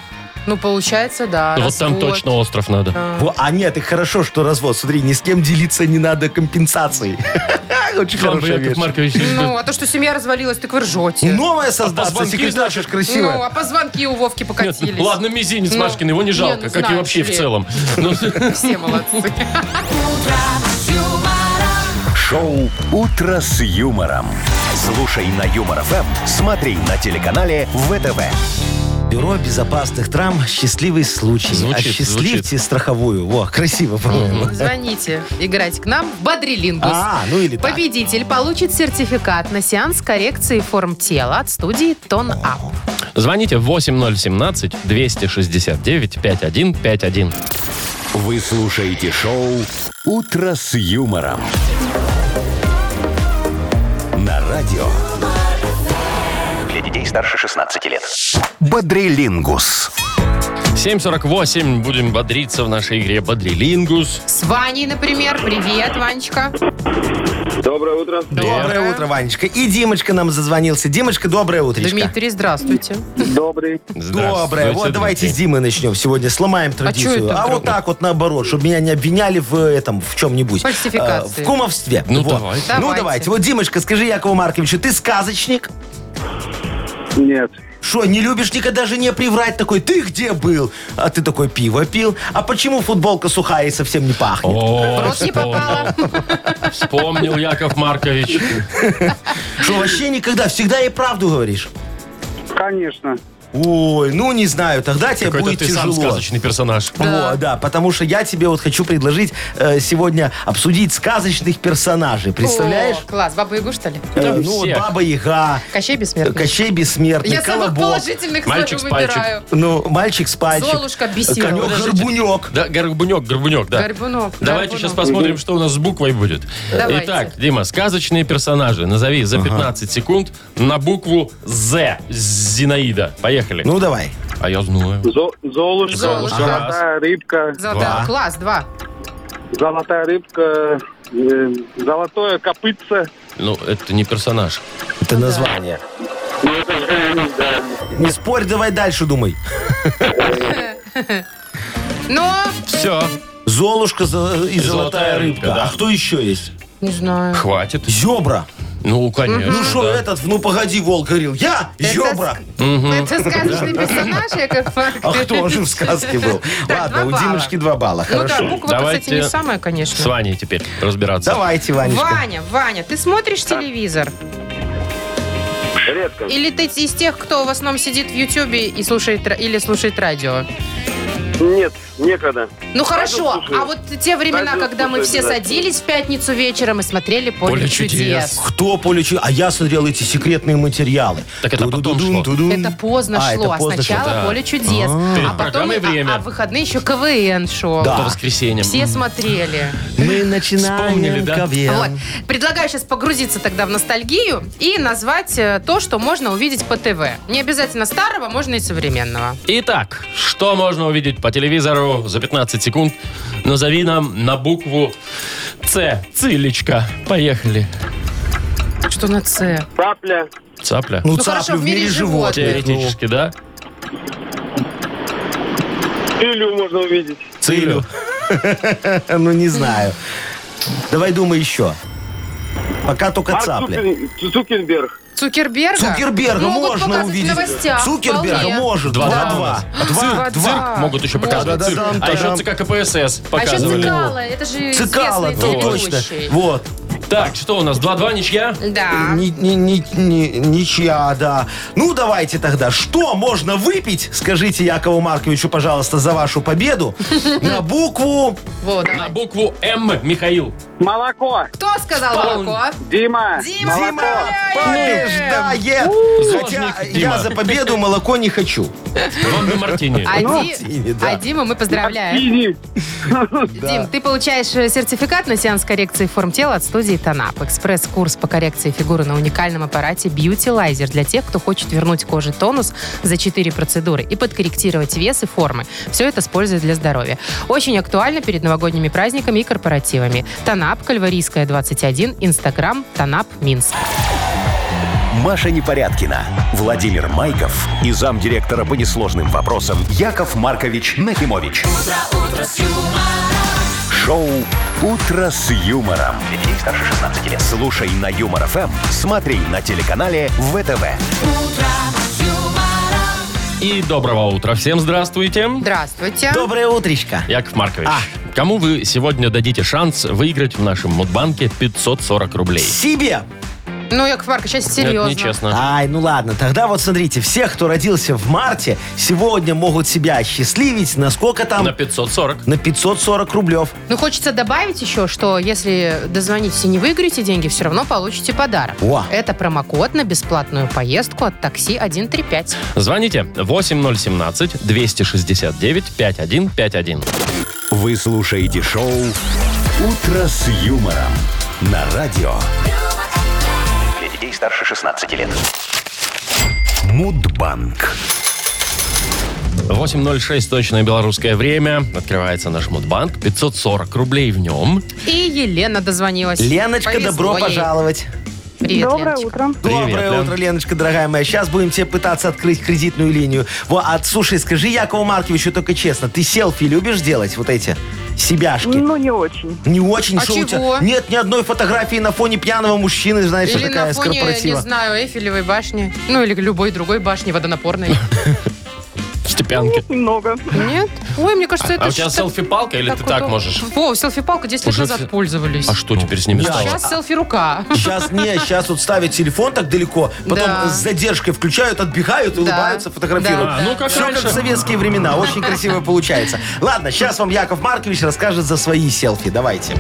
[SPEAKER 3] Ну, получается, да.
[SPEAKER 2] Ну, Вот там
[SPEAKER 3] развод.
[SPEAKER 2] точно остров надо.
[SPEAKER 4] Во, А нет, и хорошо, что развод. Смотри, ни с кем делиться не надо компенсацией. *laughs* Очень
[SPEAKER 2] Вам бы,
[SPEAKER 4] хорошая
[SPEAKER 2] Яков
[SPEAKER 4] вещь.
[SPEAKER 2] Маркович, лишь бы-
[SPEAKER 3] Ну, а то, что семья развалилась, так вы
[SPEAKER 2] Э,
[SPEAKER 3] ржете.
[SPEAKER 2] а
[SPEAKER 4] Новая создаться,
[SPEAKER 2] позвонки
[SPEAKER 4] секретарша ж
[SPEAKER 3] Ну,
[SPEAKER 4] Ну, красивая.
[SPEAKER 3] а позвонки у Вовки
[SPEAKER 2] Нет, ну,
[SPEAKER 3] покатились.
[SPEAKER 2] ладно, мизинец
[SPEAKER 3] Ну,
[SPEAKER 2] Машкин, его не
[SPEAKER 3] не,
[SPEAKER 2] жалко,
[SPEAKER 3] ну,
[SPEAKER 2] как и
[SPEAKER 3] знаешь
[SPEAKER 2] вообще в
[SPEAKER 3] ли.
[SPEAKER 2] целом. Ну,
[SPEAKER 3] *laughs* Все молодцы.
[SPEAKER 2] *laughs*
[SPEAKER 1] Шоу «Утро с юмором». Слушай на Юмор ФМ, смотри на телеканале ВТВ.
[SPEAKER 3] а
[SPEAKER 4] Бюро безопасных травм «Счастливый случай».
[SPEAKER 2] Звучит,
[SPEAKER 4] Осчастливьте страховую. Во, красиво, по-моему.
[SPEAKER 3] Звоните играть к нам в Бодрилингус.
[SPEAKER 4] А, ну или так.
[SPEAKER 3] Победитель получит сертификат на сеанс коррекции форм тела от студии Тон Ап.
[SPEAKER 2] Звоните 8017-269-5151.
[SPEAKER 1] Вы слушаете шоу «Утро с юмором». На радио
[SPEAKER 5] Для детей старше 16 лет.
[SPEAKER 1] «Бодрилингус».
[SPEAKER 2] 748. Будем бодриться в нашей игре Бодрилингус.
[SPEAKER 3] С Ваней, например. Привет, Ванечка.
[SPEAKER 6] Доброе утро.
[SPEAKER 4] Доброе утро, Ванечка. И Димочка нам зазвонился. Димочка, доброе утречко.
[SPEAKER 3] Дмитрий, здравствуйте.
[SPEAKER 6] Добрый.
[SPEAKER 4] Доброе. Вот давайте с Димы начнем. Сегодня сломаем
[SPEAKER 3] чё
[SPEAKER 4] традицию.
[SPEAKER 3] это
[SPEAKER 4] А,
[SPEAKER 3] вдруг?
[SPEAKER 4] вот так вот наоборот, чтобы меня не обвиняли в э, этом, в чем-нибудь.
[SPEAKER 3] Фальсификации.
[SPEAKER 4] Э, в кумовстве.
[SPEAKER 2] Ну,
[SPEAKER 4] Вот.
[SPEAKER 2] давайте.
[SPEAKER 4] Ну,
[SPEAKER 3] Давайте.
[SPEAKER 4] давайте. Вот, Димочка, скажи Якову Марковичу, ты сказочник?
[SPEAKER 6] Нет.
[SPEAKER 4] Что, не любишь никогда жене приврать? Такой, ты где был? А ты такой, пиво пил. А почему футболка сухая и совсем не пахнет?
[SPEAKER 2] О,
[SPEAKER 3] В рот не попала.
[SPEAKER 2] Вспомнил Яков Маркович.
[SPEAKER 4] Что, вообще никогда? Всегда ей правду говоришь.
[SPEAKER 6] Конечно.
[SPEAKER 4] Ой, ну не знаю, тогда тебе
[SPEAKER 2] Какой-то
[SPEAKER 4] будет
[SPEAKER 2] ты сам
[SPEAKER 4] тяжело.
[SPEAKER 2] сказочный персонаж.
[SPEAKER 4] Во, да, потому что я тебе вот хочу предложить э, сегодня обсудить сказочных персонажей. Представляешь?
[SPEAKER 3] О, класс. Баба Ягу, что ли?
[SPEAKER 4] Э,
[SPEAKER 2] там
[SPEAKER 4] ну, вот
[SPEAKER 2] всех.
[SPEAKER 4] Баба Яга,
[SPEAKER 3] Кощей
[SPEAKER 4] э,
[SPEAKER 3] бессмертный.
[SPEAKER 4] Кощей Бессмертный,
[SPEAKER 3] Я самых
[SPEAKER 4] Колобок,
[SPEAKER 3] положительных
[SPEAKER 2] Мальчик
[SPEAKER 3] сразу
[SPEAKER 2] с пальчик.
[SPEAKER 3] выбираю.
[SPEAKER 4] ну, мальчик с пальчик,
[SPEAKER 3] Золушка, беседа.
[SPEAKER 4] конек-горбунек.
[SPEAKER 2] Да, Горбунек, Горбунек, да.
[SPEAKER 3] Горбунок.
[SPEAKER 2] Давайте
[SPEAKER 3] Горбунок.
[SPEAKER 2] сейчас посмотрим, что у нас с буквой будет.
[SPEAKER 3] ну Давайте.
[SPEAKER 2] Итак, Дима, сказочные персонажи. Назови за 15 секунд на букву З. Зинаида. Поехали.
[SPEAKER 4] Ну, давай.
[SPEAKER 2] А я знаю.
[SPEAKER 6] Зо- Золушка.
[SPEAKER 3] Золушка.
[SPEAKER 6] Золотая рыбка.
[SPEAKER 3] Золотая-
[SPEAKER 2] Два.
[SPEAKER 3] Класс, два.
[SPEAKER 6] Золотая рыбка. э, Золотое копытце.
[SPEAKER 2] Ну, это не персонаж.
[SPEAKER 4] Это название.
[SPEAKER 6] Ну, это же, да.
[SPEAKER 4] Не спорь, давай дальше думай.
[SPEAKER 3] Но,
[SPEAKER 2] Все,
[SPEAKER 4] Золушка за- и золотая рыбка.
[SPEAKER 2] да.
[SPEAKER 4] А кто еще есть?
[SPEAKER 3] не знаю.
[SPEAKER 2] хватит.
[SPEAKER 4] Зебра.
[SPEAKER 2] Ну, конечно.
[SPEAKER 4] Ну что
[SPEAKER 2] да.
[SPEAKER 4] этот, в ну погоди, волк говорил, я зебра.
[SPEAKER 3] Это сказочный персонаж, Яков Маркович.
[SPEAKER 4] А кто же в сказке был?
[SPEAKER 3] Так,
[SPEAKER 4] Ладно, у
[SPEAKER 3] два балла.
[SPEAKER 4] Димочки два балла,
[SPEAKER 3] Ну да,
[SPEAKER 4] хорошо.
[SPEAKER 3] буква, кстати, не
[SPEAKER 2] Давайте
[SPEAKER 3] самая, конечно.
[SPEAKER 2] С Ваней теперь разбираться.
[SPEAKER 4] Давайте, Ванечка.
[SPEAKER 3] Ваня, Ваня, ты смотришь телевизор?
[SPEAKER 6] Редко.
[SPEAKER 3] Или ты из тех, кто в основном сидит в Ютьюбе и слушает, ра- или слушает радио?
[SPEAKER 6] Нет, некогда.
[SPEAKER 3] Ну хорошо,
[SPEAKER 6] слушаю.
[SPEAKER 3] а вот те времена,
[SPEAKER 6] Радио
[SPEAKER 3] когда мы
[SPEAKER 6] слушаю
[SPEAKER 3] все
[SPEAKER 6] обязательно.
[SPEAKER 3] садились в пятницу вечером и смотрели «Поле,
[SPEAKER 2] «Поле чудес».
[SPEAKER 3] чудес».
[SPEAKER 4] Кто поле чу- А я смотрел эти секретные материалы.
[SPEAKER 2] Так это потом шло.
[SPEAKER 4] Ту-ду-ду-дун.
[SPEAKER 3] Это поздно
[SPEAKER 4] А,
[SPEAKER 3] шло,
[SPEAKER 4] это
[SPEAKER 3] а
[SPEAKER 4] поздно шло.
[SPEAKER 3] сначала
[SPEAKER 2] да.
[SPEAKER 3] «Поле чудес».
[SPEAKER 2] Перед
[SPEAKER 3] А потом
[SPEAKER 2] программой
[SPEAKER 3] а-
[SPEAKER 2] «Время».
[SPEAKER 3] а в выходные еще КВН шел.
[SPEAKER 2] По
[SPEAKER 4] Да.
[SPEAKER 2] воскресеньям.
[SPEAKER 3] Все смотрели.
[SPEAKER 4] Мы
[SPEAKER 2] Вспомнили,
[SPEAKER 4] начинаем
[SPEAKER 2] да?
[SPEAKER 4] ковер. Ну,
[SPEAKER 3] Вот. Предлагаю сейчас погрузиться тогда в ностальгию и назвать э, то, что можно увидеть по ТВ. Не обязательно старого, можно и современного.
[SPEAKER 2] Итак, что можно увидеть по телевизору за 15 секунд? Назови нам на букву С. Цилечка. Поехали.
[SPEAKER 3] Что на С?
[SPEAKER 6] Цапля.
[SPEAKER 2] Цапля.
[SPEAKER 4] Ну,
[SPEAKER 3] Ну, хорошо,
[SPEAKER 4] цаплю в мире животных.
[SPEAKER 2] Теоретически, да?
[SPEAKER 6] Илью можно увидеть.
[SPEAKER 4] Цилю. Ну, не знаю. Давай думай еще. Пока только
[SPEAKER 6] Марк
[SPEAKER 4] цапля.
[SPEAKER 6] А Цукер- Цукерберг.
[SPEAKER 3] Цукерберга?
[SPEAKER 4] Цукерберга
[SPEAKER 3] Могут
[SPEAKER 4] можно
[SPEAKER 3] показать
[SPEAKER 4] увидеть.
[SPEAKER 3] Ну, в новостях.
[SPEAKER 4] Цукерберга
[SPEAKER 3] вполне.
[SPEAKER 4] может.
[SPEAKER 2] Два, да,
[SPEAKER 4] Два-два. Два.
[SPEAKER 3] Цирк, цирк.
[SPEAKER 2] Могут еще показывать
[SPEAKER 4] Да-да-да,
[SPEAKER 2] цирк.
[SPEAKER 4] там,
[SPEAKER 2] А еще
[SPEAKER 4] там.
[SPEAKER 2] ЦК КПСС
[SPEAKER 3] А еще
[SPEAKER 2] показывали.
[SPEAKER 3] Цикало, это же
[SPEAKER 4] Цикало,
[SPEAKER 3] известный
[SPEAKER 4] то точно.
[SPEAKER 3] телеведущий.
[SPEAKER 4] Вот.
[SPEAKER 2] Так, что у нас? 2-2 ничья?
[SPEAKER 3] Да.
[SPEAKER 4] Ни- ни- ни- ни- Ничья, да. Ну, давайте тогда. Что можно выпить, скажите Якову Марковичу, пожалуйста, за
[SPEAKER 3] *laughs*
[SPEAKER 4] вашу победу, на букву...
[SPEAKER 3] Вот.
[SPEAKER 2] На букву М, Михаил.
[SPEAKER 6] Молоко.
[SPEAKER 3] Кто сказал
[SPEAKER 2] Вспомни.
[SPEAKER 3] молоко?
[SPEAKER 6] Дима.
[SPEAKER 3] Дима.
[SPEAKER 4] Дима побеждает! Хотя
[SPEAKER 2] Зожник,
[SPEAKER 4] я
[SPEAKER 2] Дима.
[SPEAKER 4] за победу молоко не хочу.
[SPEAKER 2] Ронда Мартини.
[SPEAKER 3] А,
[SPEAKER 4] Ну,
[SPEAKER 3] Ди-
[SPEAKER 4] Диме, да.
[SPEAKER 3] а Диму мы поздравляем.
[SPEAKER 6] Синий.
[SPEAKER 3] Дим, ты получаешь э, сертификат на сеанс коррекции форм тела от студии Танап. Экспресс-курс по коррекции фигуры на уникальном аппарате Beautylizer для тех, кто хочет вернуть коже тонус за 4 процедуры и подкорректировать вес и формы. Все это с пользой для здоровья. Очень актуально перед новогодними праздниками и корпоративами. Танап, Кальварийская, 21, Инстаграм, Танап, Минск.
[SPEAKER 1] Маша Непорядкина, Владимир Майков и замдиректора по несложным вопросам Яков Маркович Нахимович. Шоу Утро с юмором. Для детей старше 16 лет. Слушай на юмор ФМ, смотри на телеканале ВТВ.
[SPEAKER 2] И доброго утра. Всем здравствуйте.
[SPEAKER 3] Здравствуйте.
[SPEAKER 4] Доброе утречко.
[SPEAKER 2] Яков Маркович,
[SPEAKER 4] А.
[SPEAKER 2] кому вы сегодня дадите шанс выиграть в нашем Мудбанке 540 рублей?
[SPEAKER 4] Себе!
[SPEAKER 3] Ну, Яков Маркович, сейчас серьезно.
[SPEAKER 2] Это нечестно.
[SPEAKER 4] Ай, ну ладно, тогда вот смотрите, все, кто родился в марте, сегодня могут себя счастливить на сколько
[SPEAKER 3] А.
[SPEAKER 4] там?
[SPEAKER 2] На 540.
[SPEAKER 4] На 540 рублев.
[SPEAKER 3] Ну, хочется добавить еще, что если дозвонитесь и не выиграете деньги, все равно получите подарок.
[SPEAKER 4] О.
[SPEAKER 3] Это промокод на бесплатную поездку от такси 135.
[SPEAKER 2] Звоните 8017-269-5151.
[SPEAKER 1] Вы слушаете шоу Утро с юмором на радио
[SPEAKER 5] Для детей старше 16 лет.
[SPEAKER 1] Мудбанк.
[SPEAKER 2] 8.06, точное белорусское время. Открывается наш Мудбанк. 540 рублей в нем.
[SPEAKER 3] И Елена дозвонилась.
[SPEAKER 4] Леночка,
[SPEAKER 3] Повезло
[SPEAKER 4] добро
[SPEAKER 3] ей.
[SPEAKER 4] пожаловать.
[SPEAKER 3] Привет,
[SPEAKER 7] Доброе
[SPEAKER 3] Леночка.
[SPEAKER 7] утро.
[SPEAKER 2] Привет,
[SPEAKER 4] Доброе
[SPEAKER 2] Лен.
[SPEAKER 4] утро, Леночка, дорогая моя. Сейчас будем тебе пытаться открыть кредитную линию. Во, а слушай, скажи Якову Марковичу только честно, ты селфи любишь делать вот эти себяшки?
[SPEAKER 7] Ну, не очень.
[SPEAKER 4] Не очень,
[SPEAKER 3] А
[SPEAKER 4] что у
[SPEAKER 3] чего?
[SPEAKER 4] тебя нет ни одной фотографии на фоне пьяного мужчины, знаешь,
[SPEAKER 3] Или
[SPEAKER 4] такая
[SPEAKER 3] на
[SPEAKER 4] с
[SPEAKER 3] фоне,
[SPEAKER 4] корпоратива.
[SPEAKER 3] не знаю, Эйфелевой башни. Ну, или любой другой башни водонапорной.
[SPEAKER 2] Степянки.
[SPEAKER 7] Немного.
[SPEAKER 3] Нет? Ой, мне кажется, это...
[SPEAKER 2] А у
[SPEAKER 3] ж
[SPEAKER 2] тебя
[SPEAKER 3] так-
[SPEAKER 2] селфи-палка или ты
[SPEAKER 3] так
[SPEAKER 2] так
[SPEAKER 3] удобно.
[SPEAKER 2] можешь?
[SPEAKER 3] Во, селфи-палку 10 лет
[SPEAKER 2] Уже
[SPEAKER 3] назад
[SPEAKER 2] все-
[SPEAKER 3] пользовались.
[SPEAKER 2] А что теперь с ними
[SPEAKER 4] я-
[SPEAKER 2] стало?
[SPEAKER 3] Сейчас селфи-рука.
[SPEAKER 4] Сейчас не, сейчас вот ставят телефон так далеко, потом
[SPEAKER 3] Да.
[SPEAKER 4] с задержкой включают, отбегают, улыбаются, фотографируют.
[SPEAKER 3] Да,
[SPEAKER 2] А, ну как
[SPEAKER 4] Все как
[SPEAKER 2] раньше.
[SPEAKER 4] в советские времена. Очень красиво получается. Ладно, сейчас вам Яков Маркович расскажет за свои селфи. Давайте.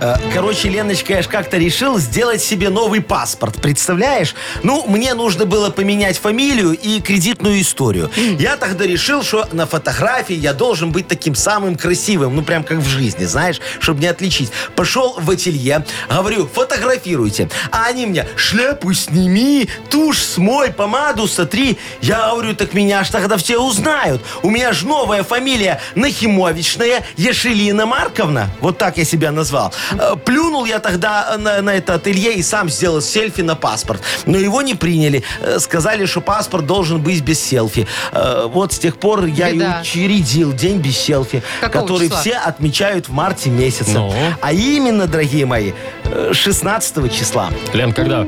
[SPEAKER 4] Э, Короче, Леночка, я ж как-то решил сделать себе новый паспорт. Представляешь? Ну, мне нужно было поменять фамилию и кредитную историю. Я тогда решил, что на фотографии я должен быть таким самым красивым. Ну, прям как в жизни, знаешь, чтобы не отличить. Пошел в ателье, говорю, фотографируйте. А они мне, шляпу сними, тушь смой, помаду сотри. Я говорю, так меня ж тогда все узнают. У меня ж новая фамилия Нахимовичная Ешелина Марковна. Вот так я себя назвал. Э, Плюнул я тогда э, на, на это ателье и сам сделал селфи на паспорт. Но его не приняли. Э, Сказали, что паспорт должен быть без селфи. Э, Вот с тех пор я
[SPEAKER 3] Беда.
[SPEAKER 4] и учредил день без селфи,
[SPEAKER 3] Какого
[SPEAKER 4] который
[SPEAKER 3] числа?
[SPEAKER 4] все отмечают в марте месяце.
[SPEAKER 2] Ну?
[SPEAKER 4] А именно, дорогие мои, э, 16 числа.
[SPEAKER 2] Ну, Лен, когда?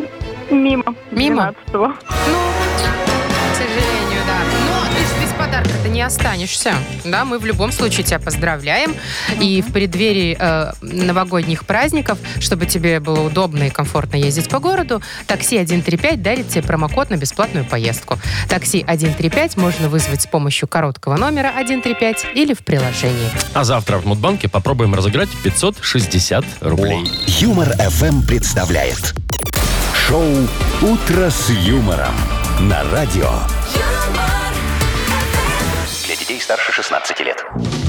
[SPEAKER 7] Мимо.
[SPEAKER 3] Мимо?
[SPEAKER 7] 12
[SPEAKER 3] Ну, к сожалению, да. Но ты же без подарка ты не останешься. Да, мы в любом случае тебя поздравляем. И в преддверии э, новогодних праздников, чтобы тебе было удобно и комфортно ездить по городу, такси 135 дарит тебе промокод на бесплатную поездку. Такси 135 можно вызвать с помощью короткого номера 135 или в приложении.
[SPEAKER 2] А завтра в Мудбанке попробуем разыграть 560 рублей.
[SPEAKER 1] Юмор FM представляет шоу Утро с юмором на радио.
[SPEAKER 5] Для детей старше 16 лет.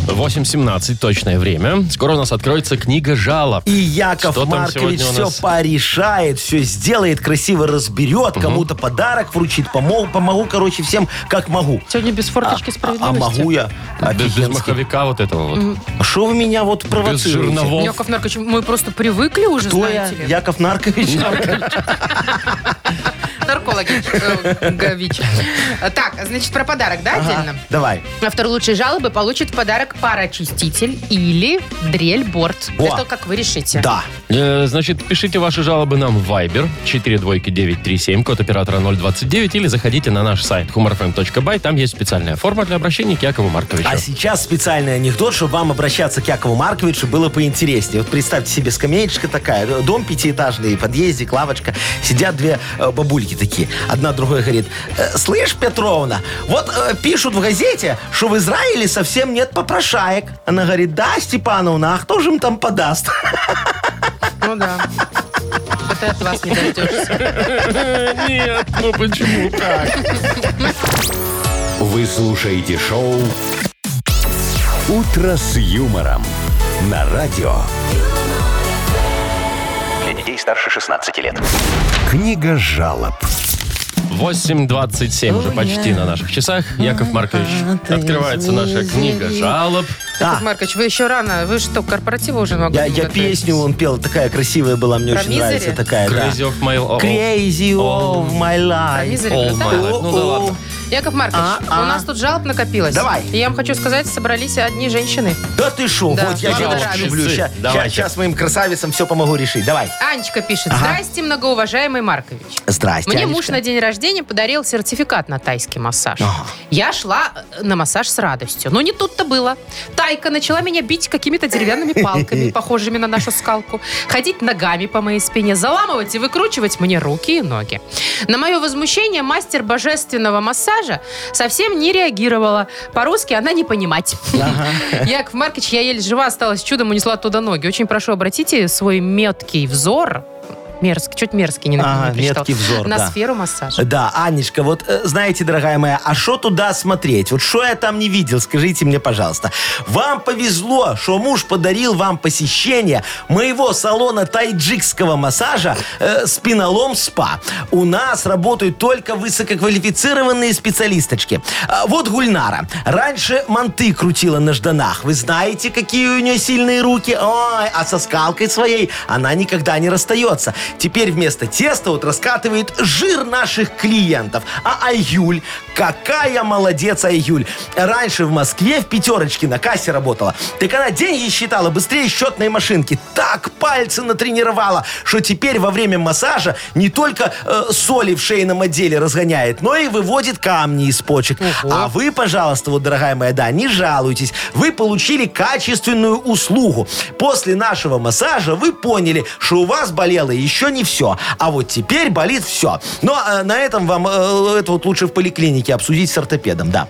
[SPEAKER 2] 8.17 точное время. Скоро у нас откроется книга жалоб.
[SPEAKER 4] И Яков
[SPEAKER 2] Что там
[SPEAKER 4] Маркович
[SPEAKER 2] сегодня у
[SPEAKER 4] все
[SPEAKER 2] нас?
[SPEAKER 4] порешает, все сделает, красиво разберет, кому-то подарок вручит, помог, помогу, короче, всем как могу.
[SPEAKER 3] Сегодня без форточки
[SPEAKER 4] А
[SPEAKER 3] справедливости.
[SPEAKER 4] могу я
[SPEAKER 2] Без, без
[SPEAKER 4] офигенски.
[SPEAKER 2] маховика вот этого вот.
[SPEAKER 4] Что вы меня вот
[SPEAKER 2] без
[SPEAKER 4] провоцируете?
[SPEAKER 2] жирновов.
[SPEAKER 3] Яков Маркович, мы просто привыкли уже,
[SPEAKER 4] Кто я?
[SPEAKER 3] знаете ли.
[SPEAKER 4] Яков Маркович?
[SPEAKER 3] Наркологи. э, Гович. Так, значит, про подарок, да,
[SPEAKER 4] Ага,
[SPEAKER 3] отдельно?
[SPEAKER 4] Давай.
[SPEAKER 3] Автор лучшей жалобы получит в подарок пароочиститель или дрель-борт.
[SPEAKER 4] Во.
[SPEAKER 3] Это как вы решите.
[SPEAKER 4] Да.
[SPEAKER 2] Э, Значит, пишите ваши жалобы нам в Viber 42937, код оператора 029, или заходите на наш сайт humorfm.by, там есть специальная форма для обращения к Якову Марковичу.
[SPEAKER 4] А сейчас специальный анекдот, чтобы вам обращаться к Якову Марковичу было поинтереснее. Вот представьте себе, скамеечка такая, э, дом пятиэтажный, подъездик, лавочка. Сидят две э, бабульки такие. Одна другой говорит, «Э, слышь, Петровна, вот э, пишут в газете, что в Израиле совсем нет попрошаек. Она говорит, да, Степановна, а кто же им там подаст? *laughs*
[SPEAKER 3] Ну да. Вот от вас не
[SPEAKER 4] *laughs*
[SPEAKER 3] дождешься.
[SPEAKER 2] Нет, ну почему так?
[SPEAKER 1] Вы слушаете шоу Утро с юмором на радио.
[SPEAKER 5] Для детей старше 16 лет.
[SPEAKER 1] Книга жалоб.
[SPEAKER 2] 8.27 уже почти на наших часах. Яков Маркович, открывается наша книга жалоб.
[SPEAKER 3] Яков
[SPEAKER 4] А.
[SPEAKER 3] Маркович, вы еще рано. Вы что, к корпоративу уже много?
[SPEAKER 4] Я, я песню он пел, такая красивая была, мне
[SPEAKER 3] Про
[SPEAKER 4] очень
[SPEAKER 3] Misery?
[SPEAKER 4] нравится такая. да.
[SPEAKER 2] Crazy of my oh,
[SPEAKER 4] Crazy of my
[SPEAKER 3] Про
[SPEAKER 4] life.
[SPEAKER 3] мизери,
[SPEAKER 2] oh
[SPEAKER 3] ну,
[SPEAKER 2] my
[SPEAKER 3] так?
[SPEAKER 2] life. Ну да
[SPEAKER 4] О-о.
[SPEAKER 2] ладно.
[SPEAKER 3] Яков Маркович,
[SPEAKER 4] А,
[SPEAKER 3] у
[SPEAKER 4] а.
[SPEAKER 3] нас тут жалоб накопилось.
[SPEAKER 4] Давай.
[SPEAKER 3] И я вам хочу сказать, собрались одни женщины.
[SPEAKER 4] Да ты шо,
[SPEAKER 3] Да,
[SPEAKER 4] вот я
[SPEAKER 3] пожалуйста,
[SPEAKER 4] девочек люблю.
[SPEAKER 2] певцы.
[SPEAKER 4] Сейчас,
[SPEAKER 2] Давайте.
[SPEAKER 4] моим красавицам все помогу решить. Давай.
[SPEAKER 3] Анечка пишет. Здрасте, многоуважаемый Маркович.
[SPEAKER 4] Здрасте,
[SPEAKER 3] Мне
[SPEAKER 4] Анечка.
[SPEAKER 3] муж на день рождения подарил сертификат на тайский массаж.
[SPEAKER 4] Ага.
[SPEAKER 3] Я шла э, на массаж с радостью. Но не тут-то было. Тайка начала меня бить какими-то
[SPEAKER 4] *laughs*
[SPEAKER 3] деревянными палками, похожими на нашу скалку. Ходить ногами по моей спине, заламывать и выкручивать мне руки и ноги. На мое возмущение мастер божественного массажа совсем не реагировала. По-русски она не понимать. *laughs* Яков Маркович, я еле жива осталась, чудом унесла туда ноги. Очень прошу, обратите свой меткий взор Мерзкий, чуть мерзкий не, на-
[SPEAKER 4] Ага,
[SPEAKER 3] не прочитала.
[SPEAKER 4] меткий взор,
[SPEAKER 3] На
[SPEAKER 4] да.
[SPEAKER 3] сферу массажа.
[SPEAKER 4] Да, Анечка, вот э, знаете, дорогая моя, а что туда смотреть? Вот что я там не видел, скажите мне, пожалуйста. Вам повезло, что муж подарил вам посещение моего салона тайджикского массажа э, «Спинолом СПА». У нас работают только высококвалифицированные специалисточки. А вот Гульнара. Раньше манты крутила на жданах. Вы знаете, какие у нее сильные руки? Ой, а со скалкой своей она никогда не расстается. Теперь вместо теста вот раскатывает жир наших клиентов. А Айюль, какая молодец Айюль. Раньше в Москве в пятерочке на кассе работала. Так она деньги считала быстрее счетной машинки. Так пальцы натренировала, что теперь во время массажа не только э, соли в шейном отделе разгоняет, но и выводит камни из почек. А вы, пожалуйста, вот, дорогая моя, да, не жалуйтесь. Вы получили качественную услугу. После нашего массажа вы поняли, что у вас болело еще не все. А вот теперь болит все. Но э, на этом вам э, это вот лучше в поликлинике обсудить с ортопедом, да.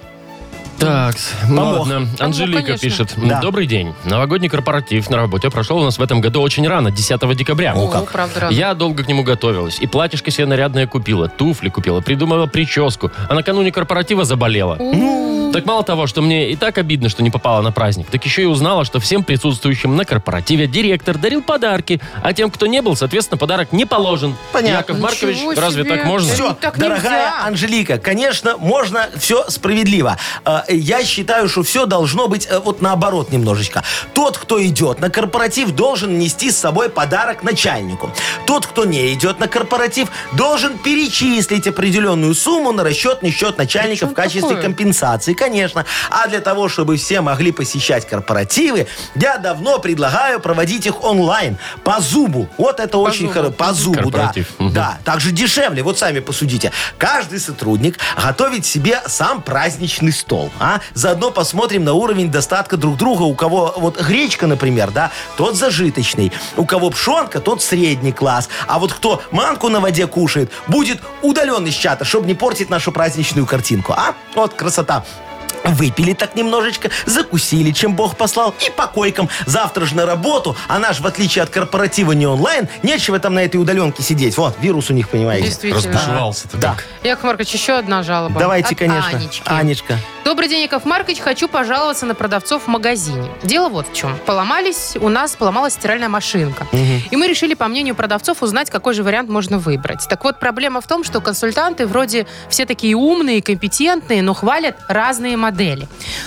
[SPEAKER 2] Так, ну
[SPEAKER 4] Помог.
[SPEAKER 2] ладно. Анжелика
[SPEAKER 3] конечно.
[SPEAKER 2] пишет.
[SPEAKER 4] Да.
[SPEAKER 2] Добрый день. Новогодний корпоратив на работе прошел у нас в этом году очень рано, 10 декабря.
[SPEAKER 3] Ну, правда, рано.
[SPEAKER 2] Я долго к нему готовилась. И платьишко себе нарядное купила, туфли купила, придумала прическу. А накануне корпоратива заболела. Ну. Так мало того, что мне и так обидно, что не попала на праздник, так еще и узнала, что всем присутствующим на корпоративе директор дарил подарки, а тем, кто не был, соответственно, подарок не положен.
[SPEAKER 4] Понятно.
[SPEAKER 2] Яков
[SPEAKER 3] Ничего
[SPEAKER 2] Маркович, разве
[SPEAKER 3] себе.
[SPEAKER 2] так можно?
[SPEAKER 3] Ну,
[SPEAKER 4] Все,
[SPEAKER 3] так
[SPEAKER 4] дорогая
[SPEAKER 3] нельзя.
[SPEAKER 4] Анжелика, конечно, можно все справедливо. Э, Я считаю, что все должно быть э, вот наоборот немножечко. Тот, кто идет на корпоратив, должен нести с собой подарок начальнику. Тот, кто не идет на корпоратив, должен перечислить определенную сумму на расчетный счет начальника
[SPEAKER 3] Да
[SPEAKER 4] в
[SPEAKER 3] что
[SPEAKER 4] качестве
[SPEAKER 3] такое?
[SPEAKER 4] компенсации, конечно. А для того, чтобы все могли посещать корпоративы, я давно предлагаю проводить их онлайн по зубу. Вот это очень
[SPEAKER 3] зубу.
[SPEAKER 4] хорошо. По зубу, да.
[SPEAKER 2] Корпоратив. Мгм.
[SPEAKER 4] Да, так же дешевле. Вот сами посудите. Каждый сотрудник готовит себе сам праздничный стол. А? Заодно посмотрим на уровень достатка друг друга. У кого вот гречка, например, да, тот зажиточный. У кого пшенка, тот средний класс. А вот кто манку на воде кушает, будет удален из чата, чтобы не портить нашу праздничную картинку. А? Вот красота. Выпили так немножечко, закусили, чем Бог послал, и по койкам. Завтра же на работу, а наш, в отличие от корпоратива, не онлайн, нечего там на этой удаленке сидеть. Вот, вирус у них, понимаете.
[SPEAKER 3] Действительно.
[SPEAKER 2] Разбушевался-то
[SPEAKER 4] Да.
[SPEAKER 2] как.
[SPEAKER 3] Яков Маркович, еще одна жалоба.
[SPEAKER 4] Давайте,
[SPEAKER 3] От
[SPEAKER 4] конечно.
[SPEAKER 3] Анечки.
[SPEAKER 4] Анечка.
[SPEAKER 3] Добрый день, Яков Маркович. Хочу пожаловаться на продавцов в магазине. Дело вот в чем. Поломались, у нас поломалась стиральная машинка. И мы решили, по мнению продавцов, узнать, какой же вариант можно выбрать. Так вот, проблема в том, что консультанты вроде все такие умные, компетентные, но хвалят разные модели.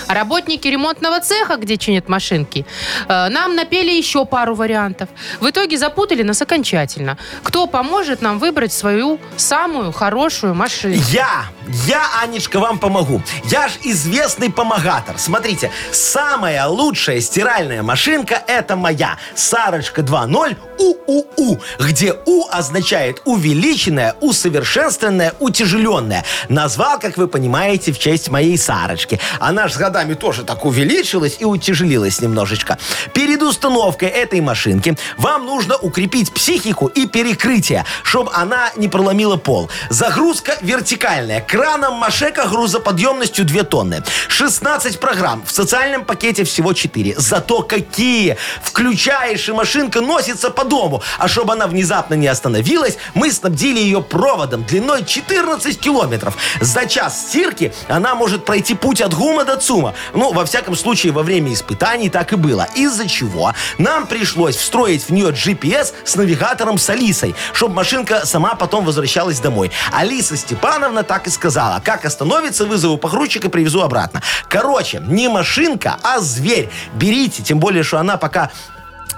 [SPEAKER 3] А работники ремонтного цеха, где чинят машинки, э, нам напели еще пару вариантов. В итоге запутали нас окончательно. Кто поможет нам выбрать свою самую хорошую машину?
[SPEAKER 4] Я, я, Анечка, вам помогу. Я ж известный помогатор. Смотрите, самая лучшая стиральная машинка – это моя. Сарочка 2.0 УУУ, где У означает увеличенная, усовершенствованная, утяжеленная. Назвал, как вы понимаете, в честь моей Сарочки. Она ж с годами тоже так увеличилась и утяжелилась немножечко. Перед установкой этой машинки вам нужно укрепить психику и перекрытие, чтобы она не проломила пол. Загрузка вертикальная. Краном Машека грузоподъемностью 2 тонны. 16 программ. В социальном пакете всего 4. Зато какие! Включаешь, и машинка носится по дому. А чтобы она внезапно не остановилась, мы снабдили ее проводом длиной 14 километров. За час стирки она может пройти путь от ГУМа до ЦУМа. Ну, во всяком случае, во время испытаний так и было. Из-за чего нам пришлось встроить в нее GPS с навигатором с Алисой, чтобы машинка сама потом возвращалась домой. Алиса Степановна так и сказала сказала, как остановится, вызову погрузчика, привезу обратно. Короче, не машинка, а зверь. Берите, тем более, что она пока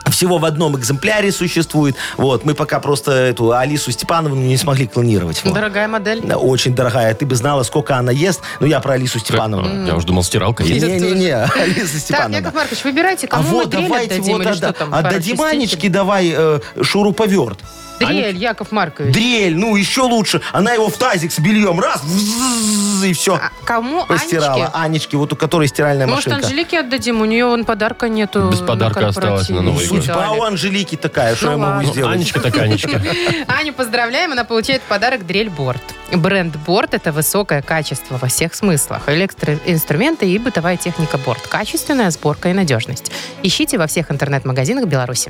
[SPEAKER 4] всего в одном экземпляре существует. Вот, мы пока просто эту Алису Степановну не смогли клонировать. Вот.
[SPEAKER 3] Дорогая модель.
[SPEAKER 4] Да, Очень дорогая. Ты бы знала, сколько она ест. Ну, я про Алису Степановну.
[SPEAKER 2] Я уже думал, стиралка
[SPEAKER 4] *laughs*
[SPEAKER 2] есть.
[SPEAKER 4] Не-не-не,
[SPEAKER 2] *laughs*
[SPEAKER 4] Алиса
[SPEAKER 3] Так,
[SPEAKER 4] Степановна.
[SPEAKER 3] Яков Маркович, выбирайте,
[SPEAKER 4] А
[SPEAKER 3] кому мы
[SPEAKER 4] вот
[SPEAKER 3] дрель
[SPEAKER 4] давайте
[SPEAKER 3] отдадим
[SPEAKER 4] вот
[SPEAKER 3] или что
[SPEAKER 4] отда-
[SPEAKER 3] там.
[SPEAKER 4] отдадим
[SPEAKER 3] парочиститель?
[SPEAKER 4] Анечке, давай э, шуруповерт.
[SPEAKER 3] Дрель, Яков Маркович.
[SPEAKER 4] Дрель, ну еще лучше. Она его в тазик с бельем раз, взззз, и все.
[SPEAKER 3] А Кому
[SPEAKER 4] Постирала. А,
[SPEAKER 3] Анечке?
[SPEAKER 4] Анечке, вот у которой стиральная
[SPEAKER 3] Может,
[SPEAKER 4] машинка.
[SPEAKER 3] Анжелике отдадим? У нее вон подарка нету.
[SPEAKER 2] Без
[SPEAKER 3] на
[SPEAKER 2] подарка осталось на
[SPEAKER 3] корпоративе.
[SPEAKER 2] Новый год.
[SPEAKER 4] Судьба у Анжелики такая, что
[SPEAKER 3] Ну
[SPEAKER 4] я могу
[SPEAKER 3] ладно.
[SPEAKER 2] Ну,
[SPEAKER 4] сделать?
[SPEAKER 2] Анечка так Анечка.
[SPEAKER 3] *laughs* Аню поздравляем, она получает в подарок дрель-борт. Бренд «Борт» — это высокое качество во всех смыслах. Электроинструменты и бытовая техника «Борт». Качественная сборка и надежность. Ищите во всех интернет-магазинах Беларуси.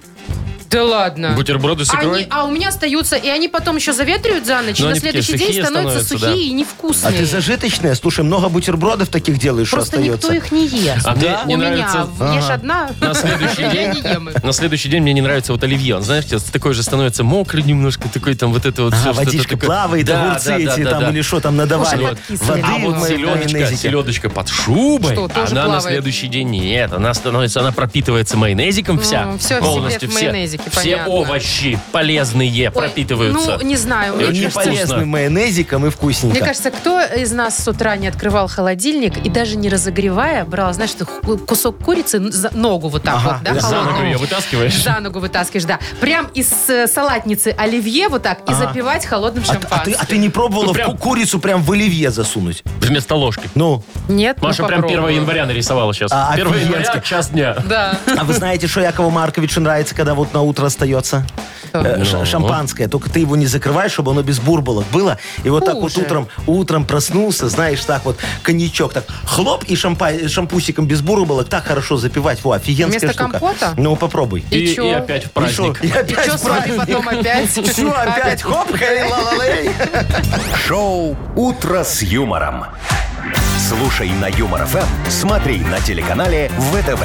[SPEAKER 3] Да ладно.
[SPEAKER 2] Бутерброды с
[SPEAKER 3] Они-
[SPEAKER 2] икрой?
[SPEAKER 3] а у меня остаются, и они потом еще заветривают за ночь,
[SPEAKER 2] Но
[SPEAKER 3] и на
[SPEAKER 2] они такие
[SPEAKER 3] следующий день
[SPEAKER 2] сухие
[SPEAKER 3] становятся,
[SPEAKER 2] становятся,
[SPEAKER 3] сухие
[SPEAKER 2] да.
[SPEAKER 3] и невкусные.
[SPEAKER 4] А ты зажиточная? Слушай, много бутербродов таких делаешь, что
[SPEAKER 3] Просто
[SPEAKER 4] остается.
[SPEAKER 3] никто их не ест.
[SPEAKER 2] А мне не
[SPEAKER 3] у
[SPEAKER 2] нравится...
[SPEAKER 3] меня ешь одна,
[SPEAKER 2] На следующий
[SPEAKER 3] я не
[SPEAKER 2] день...
[SPEAKER 3] ем их.
[SPEAKER 2] На следующий день мне не нравится вот оливье. Он, знаешь, сейчас такой же становится мокрый немножко, такой там вот это вот...
[SPEAKER 4] А,
[SPEAKER 2] всё, что-то
[SPEAKER 4] водичка
[SPEAKER 2] такое.
[SPEAKER 4] плавает,
[SPEAKER 2] Да,
[SPEAKER 4] огурцы
[SPEAKER 2] да, да,
[SPEAKER 4] эти
[SPEAKER 2] да,
[SPEAKER 4] там
[SPEAKER 2] да.
[SPEAKER 4] или что там надавали.
[SPEAKER 3] Слушай,
[SPEAKER 2] Вот.
[SPEAKER 3] подкислые.
[SPEAKER 4] Воды
[SPEAKER 2] А вот
[SPEAKER 4] в
[SPEAKER 2] селедочка,
[SPEAKER 4] майонезике.
[SPEAKER 2] селедочка под шубой,
[SPEAKER 3] Что, тоже
[SPEAKER 2] она на
[SPEAKER 3] плавает?
[SPEAKER 2] следующий день нет. Она становится, она пропитывается майонезиком вся.
[SPEAKER 3] Ну, всё в
[SPEAKER 2] полностью
[SPEAKER 3] себе в майонезике,
[SPEAKER 2] все, все
[SPEAKER 3] понятно.
[SPEAKER 2] овощи полезные *laughs*
[SPEAKER 3] Ой,
[SPEAKER 2] пропитываются.
[SPEAKER 3] Ну, не знаю.
[SPEAKER 2] И
[SPEAKER 3] Мне
[SPEAKER 2] очень
[SPEAKER 4] Не
[SPEAKER 3] кажется,
[SPEAKER 2] вкусно.
[SPEAKER 4] полезным майонезиком и вкусненько.
[SPEAKER 3] мне кажется, кто из нас с утра не открывал холодильник и даже не разогревая брал, знаешь, ты ху- кусок курицы, за ногу вот так
[SPEAKER 4] Ага,
[SPEAKER 3] вот, да,
[SPEAKER 4] за
[SPEAKER 2] За ногу
[SPEAKER 3] холодную.
[SPEAKER 2] ее вытаскиваешь.
[SPEAKER 3] За ногу вытаскиваешь, да. Прям из э, салатницы оливье вот так и
[SPEAKER 4] Ага.
[SPEAKER 3] запивать холодным
[SPEAKER 4] а, а ты,
[SPEAKER 3] шампанским.
[SPEAKER 4] а ты не пробовала
[SPEAKER 2] Ну, прям-
[SPEAKER 4] ку- курицу прям в оливье засунуть?
[SPEAKER 2] Вместо ложки.
[SPEAKER 4] Ну,
[SPEAKER 3] Нет, ну,
[SPEAKER 2] Маша прям
[SPEAKER 3] попробуй.
[SPEAKER 2] 1 января нарисовала сейчас.
[SPEAKER 4] А,
[SPEAKER 2] 1 января,
[SPEAKER 4] офигенски.
[SPEAKER 2] час дня.
[SPEAKER 3] Да.
[SPEAKER 4] а вы знаете, что Якову Марковичу нравится, когда вот на утро остается? Э, ш-
[SPEAKER 2] Ну.
[SPEAKER 4] Шампанское. Только ты его не закрываешь, чтобы оно без бурболок было. И вот так вот
[SPEAKER 3] Хуже.
[SPEAKER 4] утром, утром проснулся, знаешь, так вот коньячок, так хлоп и шампа- шампусиком без бурболок так хорошо запивать. Во, офигенская
[SPEAKER 3] Вместо
[SPEAKER 4] штука.
[SPEAKER 3] компота?
[SPEAKER 4] Ну, попробуй.
[SPEAKER 3] И
[SPEAKER 2] И,
[SPEAKER 3] чё?
[SPEAKER 2] и опять в праздник.
[SPEAKER 4] И, шо, и
[SPEAKER 3] И что
[SPEAKER 4] опять
[SPEAKER 3] с вами потом опять?
[SPEAKER 4] Все, опять хоп, хей, ла-ла-лей.
[SPEAKER 1] Шоу «Утро с юмором». Слушай на Юмор ФМ, смотри на телеканале ВТВ.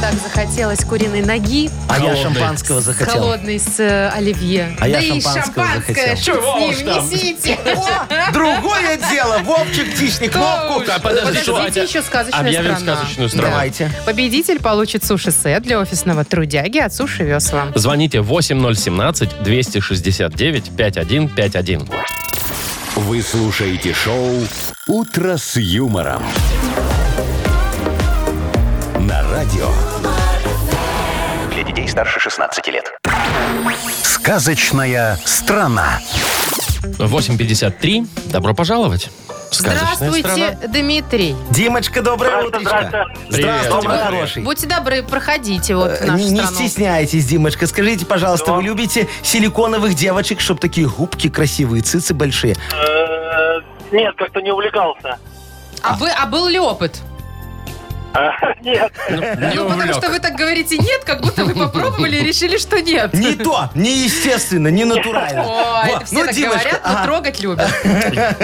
[SPEAKER 3] Так захотелось куриной ноги,
[SPEAKER 4] А я
[SPEAKER 2] Холодный.
[SPEAKER 4] шампанского захотел.
[SPEAKER 3] холодной с э, оливье.
[SPEAKER 4] А я
[SPEAKER 3] да и
[SPEAKER 4] шампанского
[SPEAKER 3] шампанское,
[SPEAKER 4] захотел.
[SPEAKER 3] шут
[SPEAKER 2] Чего уж
[SPEAKER 3] с ним,
[SPEAKER 2] там. *laughs*
[SPEAKER 3] несите.
[SPEAKER 4] О, другое дело. Вовчик, тисни кнопку.
[SPEAKER 2] А, подожди, что,
[SPEAKER 3] Подождите,
[SPEAKER 2] Атя?
[SPEAKER 3] еще сказочная
[SPEAKER 2] Объявим
[SPEAKER 3] страна.
[SPEAKER 2] сказочную страну.
[SPEAKER 4] Давайте.
[SPEAKER 3] Победитель получит суши-сет для офисного трудяги от Суши Весла.
[SPEAKER 2] Звоните 8017-269-5151.
[SPEAKER 1] Вы слушаете шоу «Утро с юмором». На радио
[SPEAKER 5] Для детей старше 16 лет.
[SPEAKER 1] «Сказочная страна».
[SPEAKER 2] 8.53. Добро пожаловать. Сказочная страна.
[SPEAKER 3] Здравствуйте, Дмитрий.
[SPEAKER 4] Димочка, доброе утро.
[SPEAKER 2] Привет,
[SPEAKER 4] Здравствуй, мой
[SPEAKER 2] Димочка.
[SPEAKER 4] хороший.
[SPEAKER 3] Будьте добры, проходите вот в
[SPEAKER 4] Э,
[SPEAKER 3] нашу
[SPEAKER 4] Не, не
[SPEAKER 3] страну.
[SPEAKER 4] стесняйтесь, Димочка. Скажите, пожалуйста, вы любите силиконовых девочек, чтобы такие губки красивые, цицы большие?
[SPEAKER 6] Э, Нет, как-то не увлекался. *laughs*
[SPEAKER 3] А, вы, а был ли опыт?
[SPEAKER 6] А, нет,
[SPEAKER 2] Не
[SPEAKER 3] Ну, потому
[SPEAKER 2] увлек.
[SPEAKER 3] что вы так говорите «нет», как
[SPEAKER 2] *laughs*
[SPEAKER 3] будто вы попробовали и решили, что нет. *laughs*
[SPEAKER 4] Не то, не естественно, не натурально.
[SPEAKER 3] О,
[SPEAKER 4] Во, ну,
[SPEAKER 3] это все так говорят, но
[SPEAKER 4] ага.
[SPEAKER 3] трогать любят.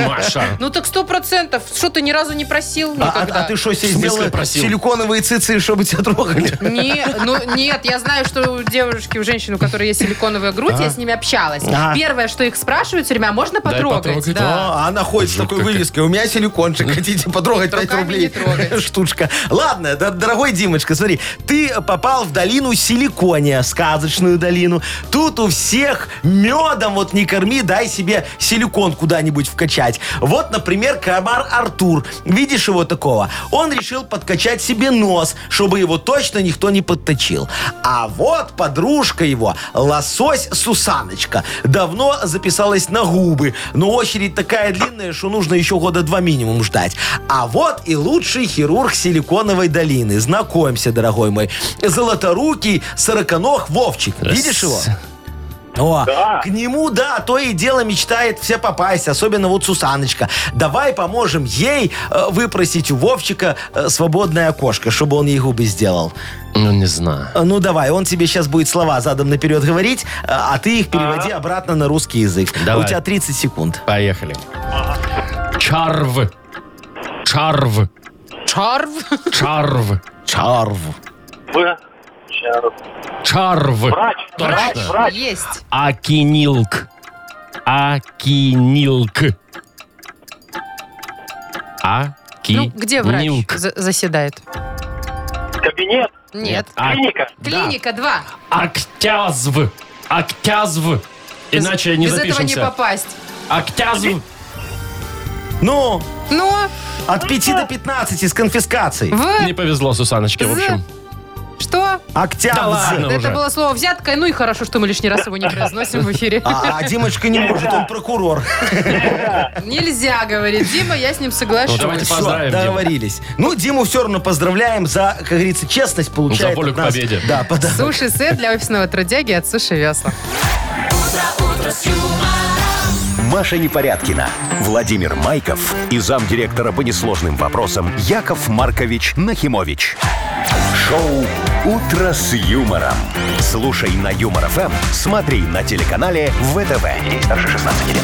[SPEAKER 2] Маша.
[SPEAKER 3] Ну так сто процентов. Что ты ни разу не просил
[SPEAKER 4] А, а- а
[SPEAKER 3] никогда?
[SPEAKER 4] ты что, себе
[SPEAKER 2] В смысле
[SPEAKER 4] сделала
[SPEAKER 2] просил?
[SPEAKER 4] силиконовые цицы, чтобы тебя трогали?
[SPEAKER 3] Не, ну нет, я знаю, что у девушки, у женщин, у которой есть силиконовая грудь, я с ними общалась.
[SPEAKER 4] А.
[SPEAKER 3] Первое, что их спрашивают все время, а можно потрогать?
[SPEAKER 2] потрогать.
[SPEAKER 3] Да.
[SPEAKER 4] А, она ходит с
[SPEAKER 2] Жуть
[SPEAKER 4] такой
[SPEAKER 2] какая.
[SPEAKER 4] вывеской. У меня силикончик. Хотите потрогать 5
[SPEAKER 3] Руками не
[SPEAKER 4] рублей?
[SPEAKER 3] трогать.
[SPEAKER 4] *laughs* Штучка. Ладно, да- дорогой Димочка, смотри. Ты попал в долину силикония, сказочную долину. Тут у всех медом вот не корми, дай себе силикон куда-нибудь вкачать. Вот, например, комар Артур. Видишь его такого? Он решил подкачать себе нос, чтобы его точно никто не подточил. А вот подружка его, лосось Сусаночка, давно записалась на губы, но очередь такая длинная, что нужно еще года два минимум ждать. А вот и лучший хирург Силиконовой долины. Знакомься, дорогой мой. Золоторукий сороконог Вовчик. Видишь его? О,
[SPEAKER 6] Да.
[SPEAKER 4] к нему, да, то и дело мечтает все попасть, особенно вот Сусаночка. Давай поможем ей э, выпросить у Вовчика э, свободное окошко, чтобы он ей губы сделал.
[SPEAKER 2] Ну, не знаю.
[SPEAKER 4] Э, Ну давай, он тебе сейчас будет слова задом наперед говорить, э, а ты их переводи обратно на русский язык.
[SPEAKER 2] Давай.
[SPEAKER 4] У тебя 30 секунд.
[SPEAKER 2] Поехали. Чарв. Чарв.
[SPEAKER 3] Чарв.
[SPEAKER 2] Чарв.
[SPEAKER 4] Чарв.
[SPEAKER 6] Б. Сейчас.
[SPEAKER 2] Чарв.
[SPEAKER 6] Врач, врач,
[SPEAKER 2] Точно.
[SPEAKER 6] врач.
[SPEAKER 3] Есть.
[SPEAKER 2] Акинилк. Акинилк.
[SPEAKER 3] Ну,
[SPEAKER 2] Акинилк.
[SPEAKER 3] где врач за- заседает?
[SPEAKER 6] Кабинет,
[SPEAKER 3] Нет.
[SPEAKER 2] А-
[SPEAKER 6] клиника.
[SPEAKER 2] Да.
[SPEAKER 3] Клиника 2.
[SPEAKER 2] Актязв. Актязв. Иначе не
[SPEAKER 3] Без этого не
[SPEAKER 2] запишемся.
[SPEAKER 3] попасть.
[SPEAKER 2] Актязв.
[SPEAKER 4] Ну,
[SPEAKER 3] Но
[SPEAKER 4] от 5 до 15 с конфискацией.
[SPEAKER 3] в...
[SPEAKER 2] Не повезло Сусаночке, в
[SPEAKER 3] З.
[SPEAKER 2] общем.
[SPEAKER 3] Что?
[SPEAKER 4] Октябрь.
[SPEAKER 2] Да ладно.
[SPEAKER 3] Это
[SPEAKER 2] уже.
[SPEAKER 3] было слово «взятка». Ну и хорошо, что мы лишний раз
[SPEAKER 2] *laughs*
[SPEAKER 3] его не произносим в эфире.
[SPEAKER 4] А, а Димочка не может, он прокурор.
[SPEAKER 3] Нельзя, говорит Дима, я с ним
[SPEAKER 2] Ну,
[SPEAKER 3] соглашусь.
[SPEAKER 2] давайте
[SPEAKER 4] Всё,
[SPEAKER 2] поздравим Диму.
[SPEAKER 4] договорились. Ну, Диму все равно поздравляем за, как говорится, честность получает
[SPEAKER 2] волю
[SPEAKER 4] от
[SPEAKER 2] к
[SPEAKER 4] нас.
[SPEAKER 2] победе.
[SPEAKER 4] Да, *laughs* подарок.
[SPEAKER 3] Суши-сет для офисного трудяги от Суши Весла.
[SPEAKER 1] Маша Непорядкина, Владимир Майков и замдиректора по несложным вопросам Яков Маркович Нахимович. Шоу «Утро с юмором». Слушай на Юмор ФМ, смотри на телеканале ВТВ. Ей старше 16 лет.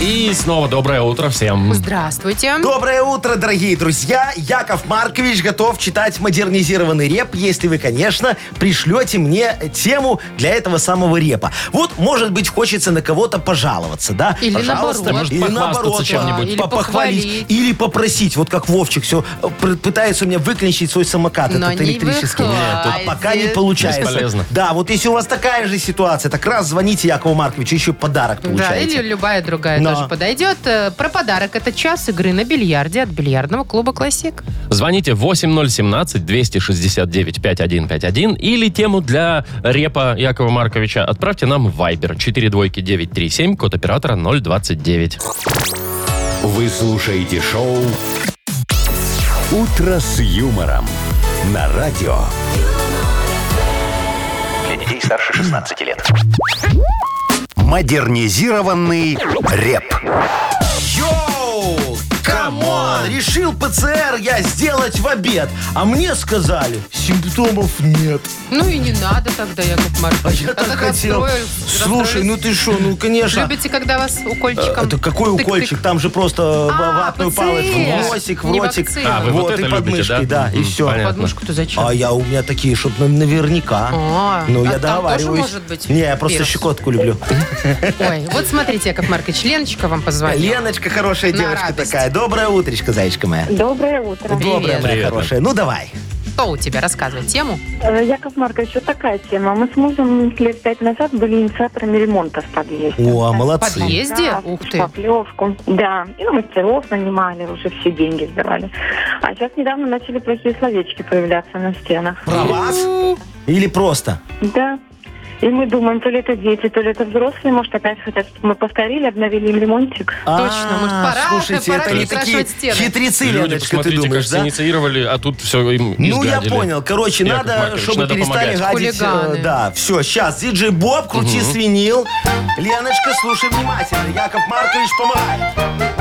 [SPEAKER 2] И снова доброе утро всем.
[SPEAKER 3] Здравствуйте.
[SPEAKER 4] Доброе утро, дорогие друзья! Яков Маркович готов читать модернизированный реп, если вы, конечно, пришлете мне тему для этого самого репа. Вот, может быть, хочется на кого-то пожаловаться, да?
[SPEAKER 3] Или
[SPEAKER 4] Пожалуйста,
[SPEAKER 3] наоборот.
[SPEAKER 4] или
[SPEAKER 2] Может, похвастаться
[SPEAKER 4] наоборот,
[SPEAKER 2] чем-нибудь.
[SPEAKER 4] да,
[SPEAKER 3] Или
[SPEAKER 4] по- похвалить,
[SPEAKER 3] похвалить.
[SPEAKER 4] или попросить, вот как Вовчик все пытается у меня выключить свой самокат
[SPEAKER 3] Но
[SPEAKER 4] этот
[SPEAKER 3] не
[SPEAKER 4] электрический. а
[SPEAKER 3] выходит.
[SPEAKER 4] пока не получается.
[SPEAKER 2] Бесполезно.
[SPEAKER 4] Да, вот если у вас такая же ситуация, так раз звоните Якову Марковичу, еще подарок
[SPEAKER 3] Да,
[SPEAKER 4] получаете.
[SPEAKER 3] или любая другая
[SPEAKER 4] Но.
[SPEAKER 3] тоже подойдет. Э, Про подарок это час игры на бильярде от бильярдного клуба «Классик».
[SPEAKER 2] Звоните 8017-269-5151 или тему для репа Якова Марковича отправьте нам в Viber 42937, код оператора 029.
[SPEAKER 1] Вы слушаете шоу «Утро с юмором» на радио.
[SPEAKER 5] Для детей старше 16 лет.
[SPEAKER 1] Модернизированный реп.
[SPEAKER 4] Йоу! Камон! Решил ПЦР я сделать в обед, а мне сказали, симптомов нет.
[SPEAKER 3] Ну и не надо тогда, Яков Маркович.
[SPEAKER 4] А я так хотел.
[SPEAKER 3] расстроил-
[SPEAKER 4] Слушай, ну ты что, ну конечно.
[SPEAKER 3] Любите, когда вас укольчиком?
[SPEAKER 4] Это какой
[SPEAKER 3] Тык-тык.
[SPEAKER 4] укольчик? Там же просто
[SPEAKER 3] А,
[SPEAKER 4] ватную
[SPEAKER 3] ПЦР.
[SPEAKER 4] палочку, в носик, в
[SPEAKER 3] Не
[SPEAKER 4] ротик.
[SPEAKER 3] вакцина. А,
[SPEAKER 2] вы вот
[SPEAKER 4] и
[SPEAKER 2] это
[SPEAKER 4] под
[SPEAKER 2] любите,
[SPEAKER 4] мышкой,
[SPEAKER 2] да?
[SPEAKER 4] да, и
[SPEAKER 2] Мгм,
[SPEAKER 4] все.
[SPEAKER 2] понятно.
[SPEAKER 3] Подмышку-то зачем?
[SPEAKER 4] А я у меня такие, чтобы наверняка.
[SPEAKER 3] А,
[SPEAKER 4] ну,
[SPEAKER 3] а
[SPEAKER 4] я
[SPEAKER 3] там тоже
[SPEAKER 4] договариваюсь.
[SPEAKER 3] может быть
[SPEAKER 4] Не, я просто
[SPEAKER 3] вирус?
[SPEAKER 4] щекотку люблю.
[SPEAKER 3] Ой, вот смотрите, Яков Маркович, Леночка вам позвонила.
[SPEAKER 4] Леночка, хорошая
[SPEAKER 3] На
[SPEAKER 4] девочка
[SPEAKER 3] радость.
[SPEAKER 4] такая. Доброе утречко, зайчка моя.
[SPEAKER 7] Доброе утро.
[SPEAKER 4] Доброе, моя
[SPEAKER 2] Привет.
[SPEAKER 4] хорошая. Ну, давай.
[SPEAKER 3] Кто у тебя? Рассказывай тему.
[SPEAKER 7] Э, Яков Маркович, вот такая тема. Мы с мужем лет пять назад были инициаторами ремонта в подъезде.
[SPEAKER 4] О, а
[SPEAKER 3] В
[SPEAKER 4] молодцы.
[SPEAKER 3] подъезде?
[SPEAKER 7] Да,
[SPEAKER 3] Ух ты.
[SPEAKER 7] шпаклевку. Да, и на мастеров нанимали, уже все деньги сдавали. А сейчас недавно начали плохие словечки появляться на стенах.
[SPEAKER 4] Про вас? Или просто?
[SPEAKER 7] Да. И мы думаем, то ли это дети, то ли это взрослые, может, опять хотят, чтобы мы повторили, обновили им ремонтик.
[SPEAKER 3] Точно, может, пора-
[SPEAKER 4] А, слушайте,
[SPEAKER 3] пора
[SPEAKER 4] это не такие
[SPEAKER 3] перекрашивать стены.
[SPEAKER 4] хитрецы,
[SPEAKER 2] Люди,
[SPEAKER 4] Леночка, ты
[SPEAKER 2] посмотрите,
[SPEAKER 4] думаешь,
[SPEAKER 2] как
[SPEAKER 4] да?
[SPEAKER 2] инициировали, а тут все им
[SPEAKER 4] Ну, я
[SPEAKER 2] изгадили.
[SPEAKER 4] понял. Короче,
[SPEAKER 2] Яков
[SPEAKER 4] надо,
[SPEAKER 2] Маркович,
[SPEAKER 4] чтобы
[SPEAKER 2] надо
[SPEAKER 4] перестали
[SPEAKER 2] помогать.
[SPEAKER 4] гадить. э,
[SPEAKER 3] Хулиганы.
[SPEAKER 4] да, все, сейчас. Диджей Боб, крути свинил. Леночка, слушай внимательно. Яков Маркович помогает.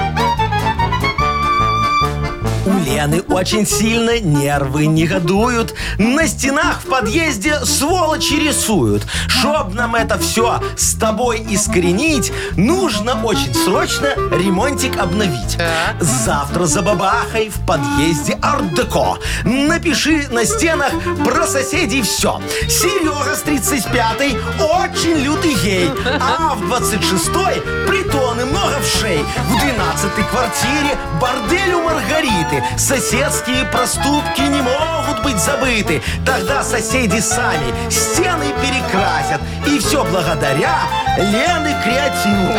[SPEAKER 4] Улей. Жены очень сильно нервы негодуют. На стенах в подъезде сволочи рисуют. Чтоб нам это все с тобой искоренить, нужно очень срочно ремонтик обновить. Завтра за бабахой в подъезде Ардеко. Напиши на стенах про соседей все. Сережа с 35-й очень лютый гей, а в 26-й притоны много в шей. В 12-й квартире бордель у Маргариты. Соседские проступки не могут быть забыты. Тогда соседи сами стены перекрасят. И все благодаря Лены Креативу.